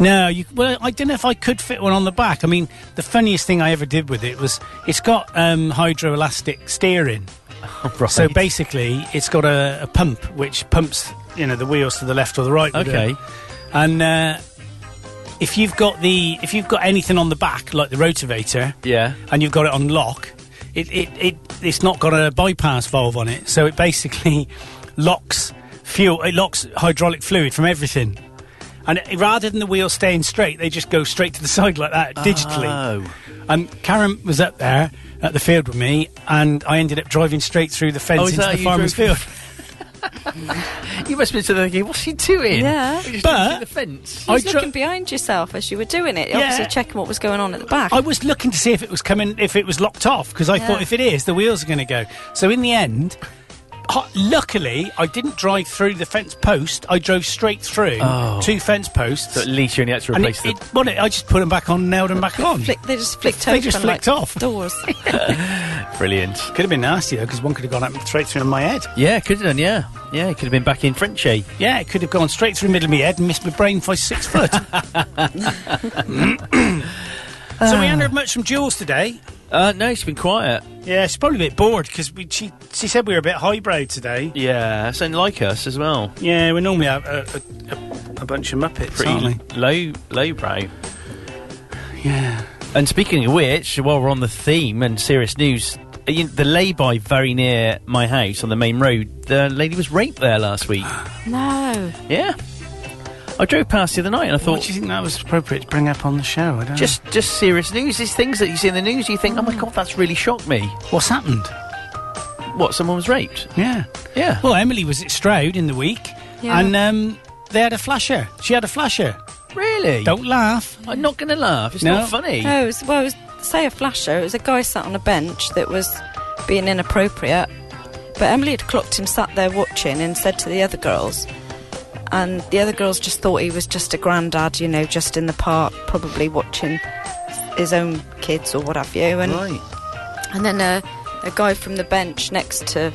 [SPEAKER 1] No, you, well, I don't know if I could fit one on the back. I mean, the funniest thing I ever did with it was it's got um, hydroelastic steering.
[SPEAKER 2] [LAUGHS] right.
[SPEAKER 1] So basically, it's got a, a pump which pumps, you know, the wheels to the left or the right. with
[SPEAKER 2] Okay.
[SPEAKER 1] it. And uh, if you've got the if you've got anything on the back like the rotavator,
[SPEAKER 2] Yeah.
[SPEAKER 1] and you've got it on lock, it, it, it it's not got a bypass valve on it, so it basically [LAUGHS] locks fuel, it locks hydraulic fluid from everything. And it- rather than the wheels staying straight, they just go straight to the [LAUGHS] side like that digitally.
[SPEAKER 2] Oh.
[SPEAKER 1] And Karen was up there at the field with me, and I ended up driving straight through the fence
[SPEAKER 2] Oh, is
[SPEAKER 1] into
[SPEAKER 2] that how
[SPEAKER 1] the
[SPEAKER 2] you
[SPEAKER 1] farmer's
[SPEAKER 2] [LAUGHS] drove-
[SPEAKER 1] field.
[SPEAKER 2] You must be sitting there thinking, what's she doing?
[SPEAKER 3] Yeah.
[SPEAKER 2] She's
[SPEAKER 1] But-
[SPEAKER 2] jumping the fence.
[SPEAKER 1] I
[SPEAKER 3] You was
[SPEAKER 1] dro-
[SPEAKER 3] looking behind yourself as you were doing it, obviously checking what was going on at the back.
[SPEAKER 1] I was looking to see if it was coming, if it was locked off, because I
[SPEAKER 3] Yeah.
[SPEAKER 1] thought if it is, the wheels are going to go. So in the end, hu- luckily, I didn't drive through the fence post. I drove straight through
[SPEAKER 2] Oh.
[SPEAKER 1] two fence posts.
[SPEAKER 2] So at least you only had to
[SPEAKER 1] and
[SPEAKER 2] replace
[SPEAKER 1] it,
[SPEAKER 2] the.
[SPEAKER 1] it, well, it- I just put them back on, nailed them back on.
[SPEAKER 3] Flick, they just flicked
[SPEAKER 1] They
[SPEAKER 3] open
[SPEAKER 1] just flicked
[SPEAKER 3] like
[SPEAKER 1] off. [LAUGHS]
[SPEAKER 3] doors.
[SPEAKER 2] Brilliant.
[SPEAKER 1] Could have been nasty though, because one could have gone up straight through my head.
[SPEAKER 2] Yeah, could have done, yeah. Yeah, it could have been back in Frenchy.
[SPEAKER 1] Yeah, it could have gone straight through the middle of my head and missed my brain by six foot. [LAUGHS] so we haven't heard much from Jules today.
[SPEAKER 2] Uh, no, it's been quiet.
[SPEAKER 1] Yeah, she's probably a bit bored because she she said we were a bit highbrow today.
[SPEAKER 2] Yeah, that's unlike like us as well.
[SPEAKER 1] Yeah, we normally have a, a, a, a bunch of Muppets, aren't we?
[SPEAKER 2] Pretty low, low brow.
[SPEAKER 1] Yeah.
[SPEAKER 2] And speaking of which, while we're on the theme and serious news, uh, you- the lay-by very near my house on the main road, the lady was raped there last week.
[SPEAKER 3] no.
[SPEAKER 2] yeah, I drove past the other night and I
[SPEAKER 1] What
[SPEAKER 2] thought,
[SPEAKER 1] do you think that was appropriate to bring up on the show? I don't
[SPEAKER 2] just just serious news. These things that you see in the news, you think, oh my god, that's really shocked me.
[SPEAKER 1] know. what's happened.
[SPEAKER 2] What? Someone was raped?
[SPEAKER 1] Yeah.
[SPEAKER 2] Yeah.
[SPEAKER 1] Well, Emily was at Stroud in the week,
[SPEAKER 3] Yeah.
[SPEAKER 1] and um, they had a flasher. She had a flasher.
[SPEAKER 2] really?
[SPEAKER 1] Don't laugh.
[SPEAKER 2] I'm not going to laugh. It's
[SPEAKER 1] No. Uh,
[SPEAKER 2] not funny.
[SPEAKER 3] No, it was, well, it was, say a flasher. It was a guy sat on a bench that was being inappropriate. But Emily had clocked him sat there watching and said to the other girls, and the other girls just thought he was just a granddad, you know, just in the park, probably watching his own kids or what have you. And
[SPEAKER 2] Right.
[SPEAKER 3] And then a, a guy from the bench next to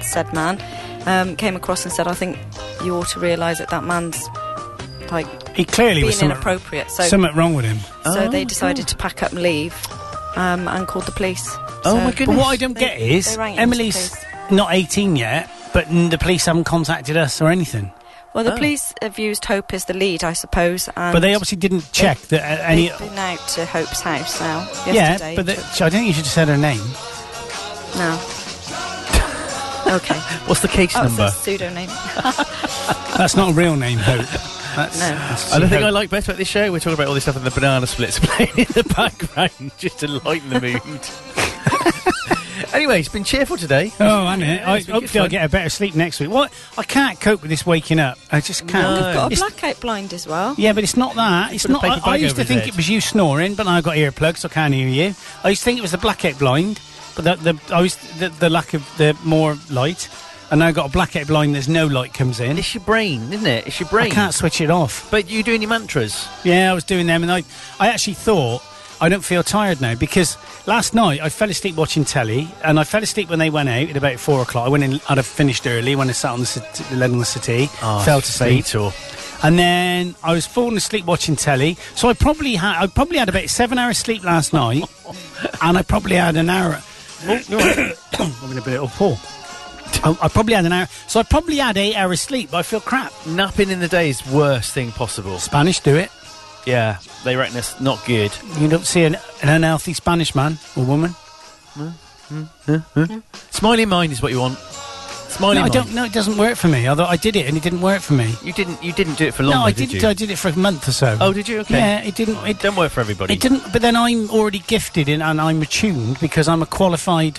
[SPEAKER 3] said man um, came across and said, I think you ought to realise that that man's like
[SPEAKER 1] He clearly
[SPEAKER 3] being
[SPEAKER 1] was something,
[SPEAKER 3] inappropriate. So,
[SPEAKER 1] something wrong with him.
[SPEAKER 3] so
[SPEAKER 2] Oh my
[SPEAKER 3] they decided to pack up and leave um, and called the police.
[SPEAKER 2] Oh
[SPEAKER 3] So-
[SPEAKER 2] my
[SPEAKER 1] But
[SPEAKER 2] goodness.
[SPEAKER 1] what I don't
[SPEAKER 3] They-
[SPEAKER 1] get is
[SPEAKER 3] they rang it,
[SPEAKER 1] Emily's
[SPEAKER 3] it's
[SPEAKER 1] not 18 yet, but mm, the police haven't contacted us or anything.
[SPEAKER 3] Well, the
[SPEAKER 2] Oh.
[SPEAKER 3] police have used Hope as the lead, I suppose. And
[SPEAKER 1] But they obviously didn't check that uh, any.
[SPEAKER 3] They've been out to Hope's house now.
[SPEAKER 1] Yeah,
[SPEAKER 3] Yesterday.
[SPEAKER 1] but the, I don't think you should have said her name.
[SPEAKER 2] [LAUGHS]
[SPEAKER 3] no. okay.
[SPEAKER 2] What's the case
[SPEAKER 3] Oh, it's
[SPEAKER 2] number?
[SPEAKER 3] a pseudonym.
[SPEAKER 1] That's not a real name, Hope. That's,
[SPEAKER 2] [LAUGHS]
[SPEAKER 3] No.
[SPEAKER 1] that's-
[SPEAKER 2] I don't think
[SPEAKER 1] Hope.
[SPEAKER 2] I like best about this show. We're talking about all this stuff and the [LAUGHS] banana splits playing in the background just to lighten the mood. [LAUGHS] Anyway, it's been cheerful today.
[SPEAKER 1] Oh, and it. I,
[SPEAKER 2] it's been good
[SPEAKER 1] hopefully, I'll
[SPEAKER 2] fun.
[SPEAKER 1] get a better sleep next week. What? I can't cope with this waking up. I just can't.
[SPEAKER 2] No. You've
[SPEAKER 3] Got a
[SPEAKER 1] It's-
[SPEAKER 3] blackout blind as well.
[SPEAKER 1] yeah, but it's not that. It's
[SPEAKER 2] Put a
[SPEAKER 1] not. I,
[SPEAKER 2] paper
[SPEAKER 1] I
[SPEAKER 2] bag
[SPEAKER 1] used to
[SPEAKER 2] over his
[SPEAKER 1] think
[SPEAKER 2] head.
[SPEAKER 1] it was you snoring, but now I've got earplugs, so I can't hear you. I used to think it was the blackout blind, but that the I was the, the lack of the more light, and now I've got a blackout blind. There's no light comes in.
[SPEAKER 2] It's your brain, isn't it? It's your
[SPEAKER 1] I
[SPEAKER 2] brain.
[SPEAKER 1] can't switch it off.
[SPEAKER 2] But you doing your mantras?
[SPEAKER 1] Yeah, I was doing them, and I, I actually thought I don't feel tired now because last night I fell asleep watching telly, and I fell asleep when they went out at about four o'clock. I went in, I'd have finished early when I sat on the sit- led on the settee,
[SPEAKER 2] Ah,
[SPEAKER 1] fell to sleep,
[SPEAKER 2] Or
[SPEAKER 1] and then I was falling asleep watching telly. So I probably had I probably had about seven hours sleep last night, and I probably had an hour. [COUGHS] I'm going to be a little poor. I, I probably had an hour, so I probably had eight hours sleep. But I feel crap.
[SPEAKER 2] napping in the day is worst thing possible.
[SPEAKER 1] Spanish do it.
[SPEAKER 2] Yeah, they reckon it's not good.
[SPEAKER 1] You don't see an, an unhealthy Spanish man or woman.
[SPEAKER 2] Smiling mind is what you want. Smiling
[SPEAKER 1] No, I
[SPEAKER 2] mind.
[SPEAKER 1] don't. No, it doesn't work for me. Although I did it, and it didn't work for me.
[SPEAKER 2] You didn't. You didn't do it for long.
[SPEAKER 1] no,
[SPEAKER 2] though,
[SPEAKER 1] I
[SPEAKER 2] did
[SPEAKER 1] didn't.
[SPEAKER 2] you?
[SPEAKER 1] I did it for a month or so.
[SPEAKER 2] Oh, did you? Okay.
[SPEAKER 1] Yeah, it didn't. It,
[SPEAKER 2] Don't work for everybody.
[SPEAKER 1] it didn't. But then I'm already gifted in, and I'm attuned because I'm a qualified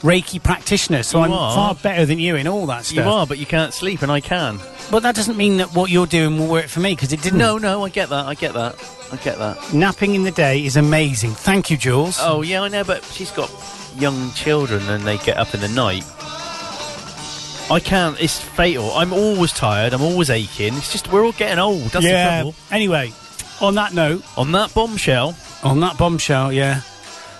[SPEAKER 1] Reiki practitioner. So
[SPEAKER 2] You
[SPEAKER 1] I'm
[SPEAKER 2] are.
[SPEAKER 1] far better than you in all that
[SPEAKER 2] You
[SPEAKER 1] stuff.
[SPEAKER 2] are, but you can't sleep, and I can.
[SPEAKER 1] But that doesn't mean that what you're doing will work for me because it didn't.
[SPEAKER 2] No, no, I get that. I get that. I get that.
[SPEAKER 1] napping in the day is amazing. Thank you, Jules.
[SPEAKER 2] Oh yeah, I know, but she's got young children, and they get up in the night. I can't. It's fatal. I'm always tired. I'm always aching. It's just we're all getting old. That's the
[SPEAKER 1] yeah.
[SPEAKER 2] trouble.
[SPEAKER 1] Anyway, on that note,
[SPEAKER 2] On that bombshell,
[SPEAKER 1] on that bombshell, yeah.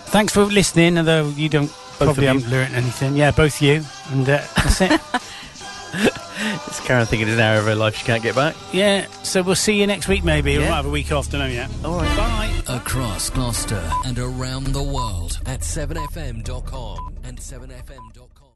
[SPEAKER 1] Thanks for listening, although you don't probably
[SPEAKER 2] of you.
[SPEAKER 1] haven't learnt anything. Yeah, both you and uh, that's it.
[SPEAKER 2] [LAUGHS] it's Karen thinking an hour of her life she can't get back.
[SPEAKER 1] Yeah, so we'll see you next week maybe. We
[SPEAKER 2] Yeah.
[SPEAKER 1] might have a week off, don't know yet.
[SPEAKER 2] All right.
[SPEAKER 1] Bye.
[SPEAKER 5] Across Gloucester and around the world at 7fm.com and 7fm.com.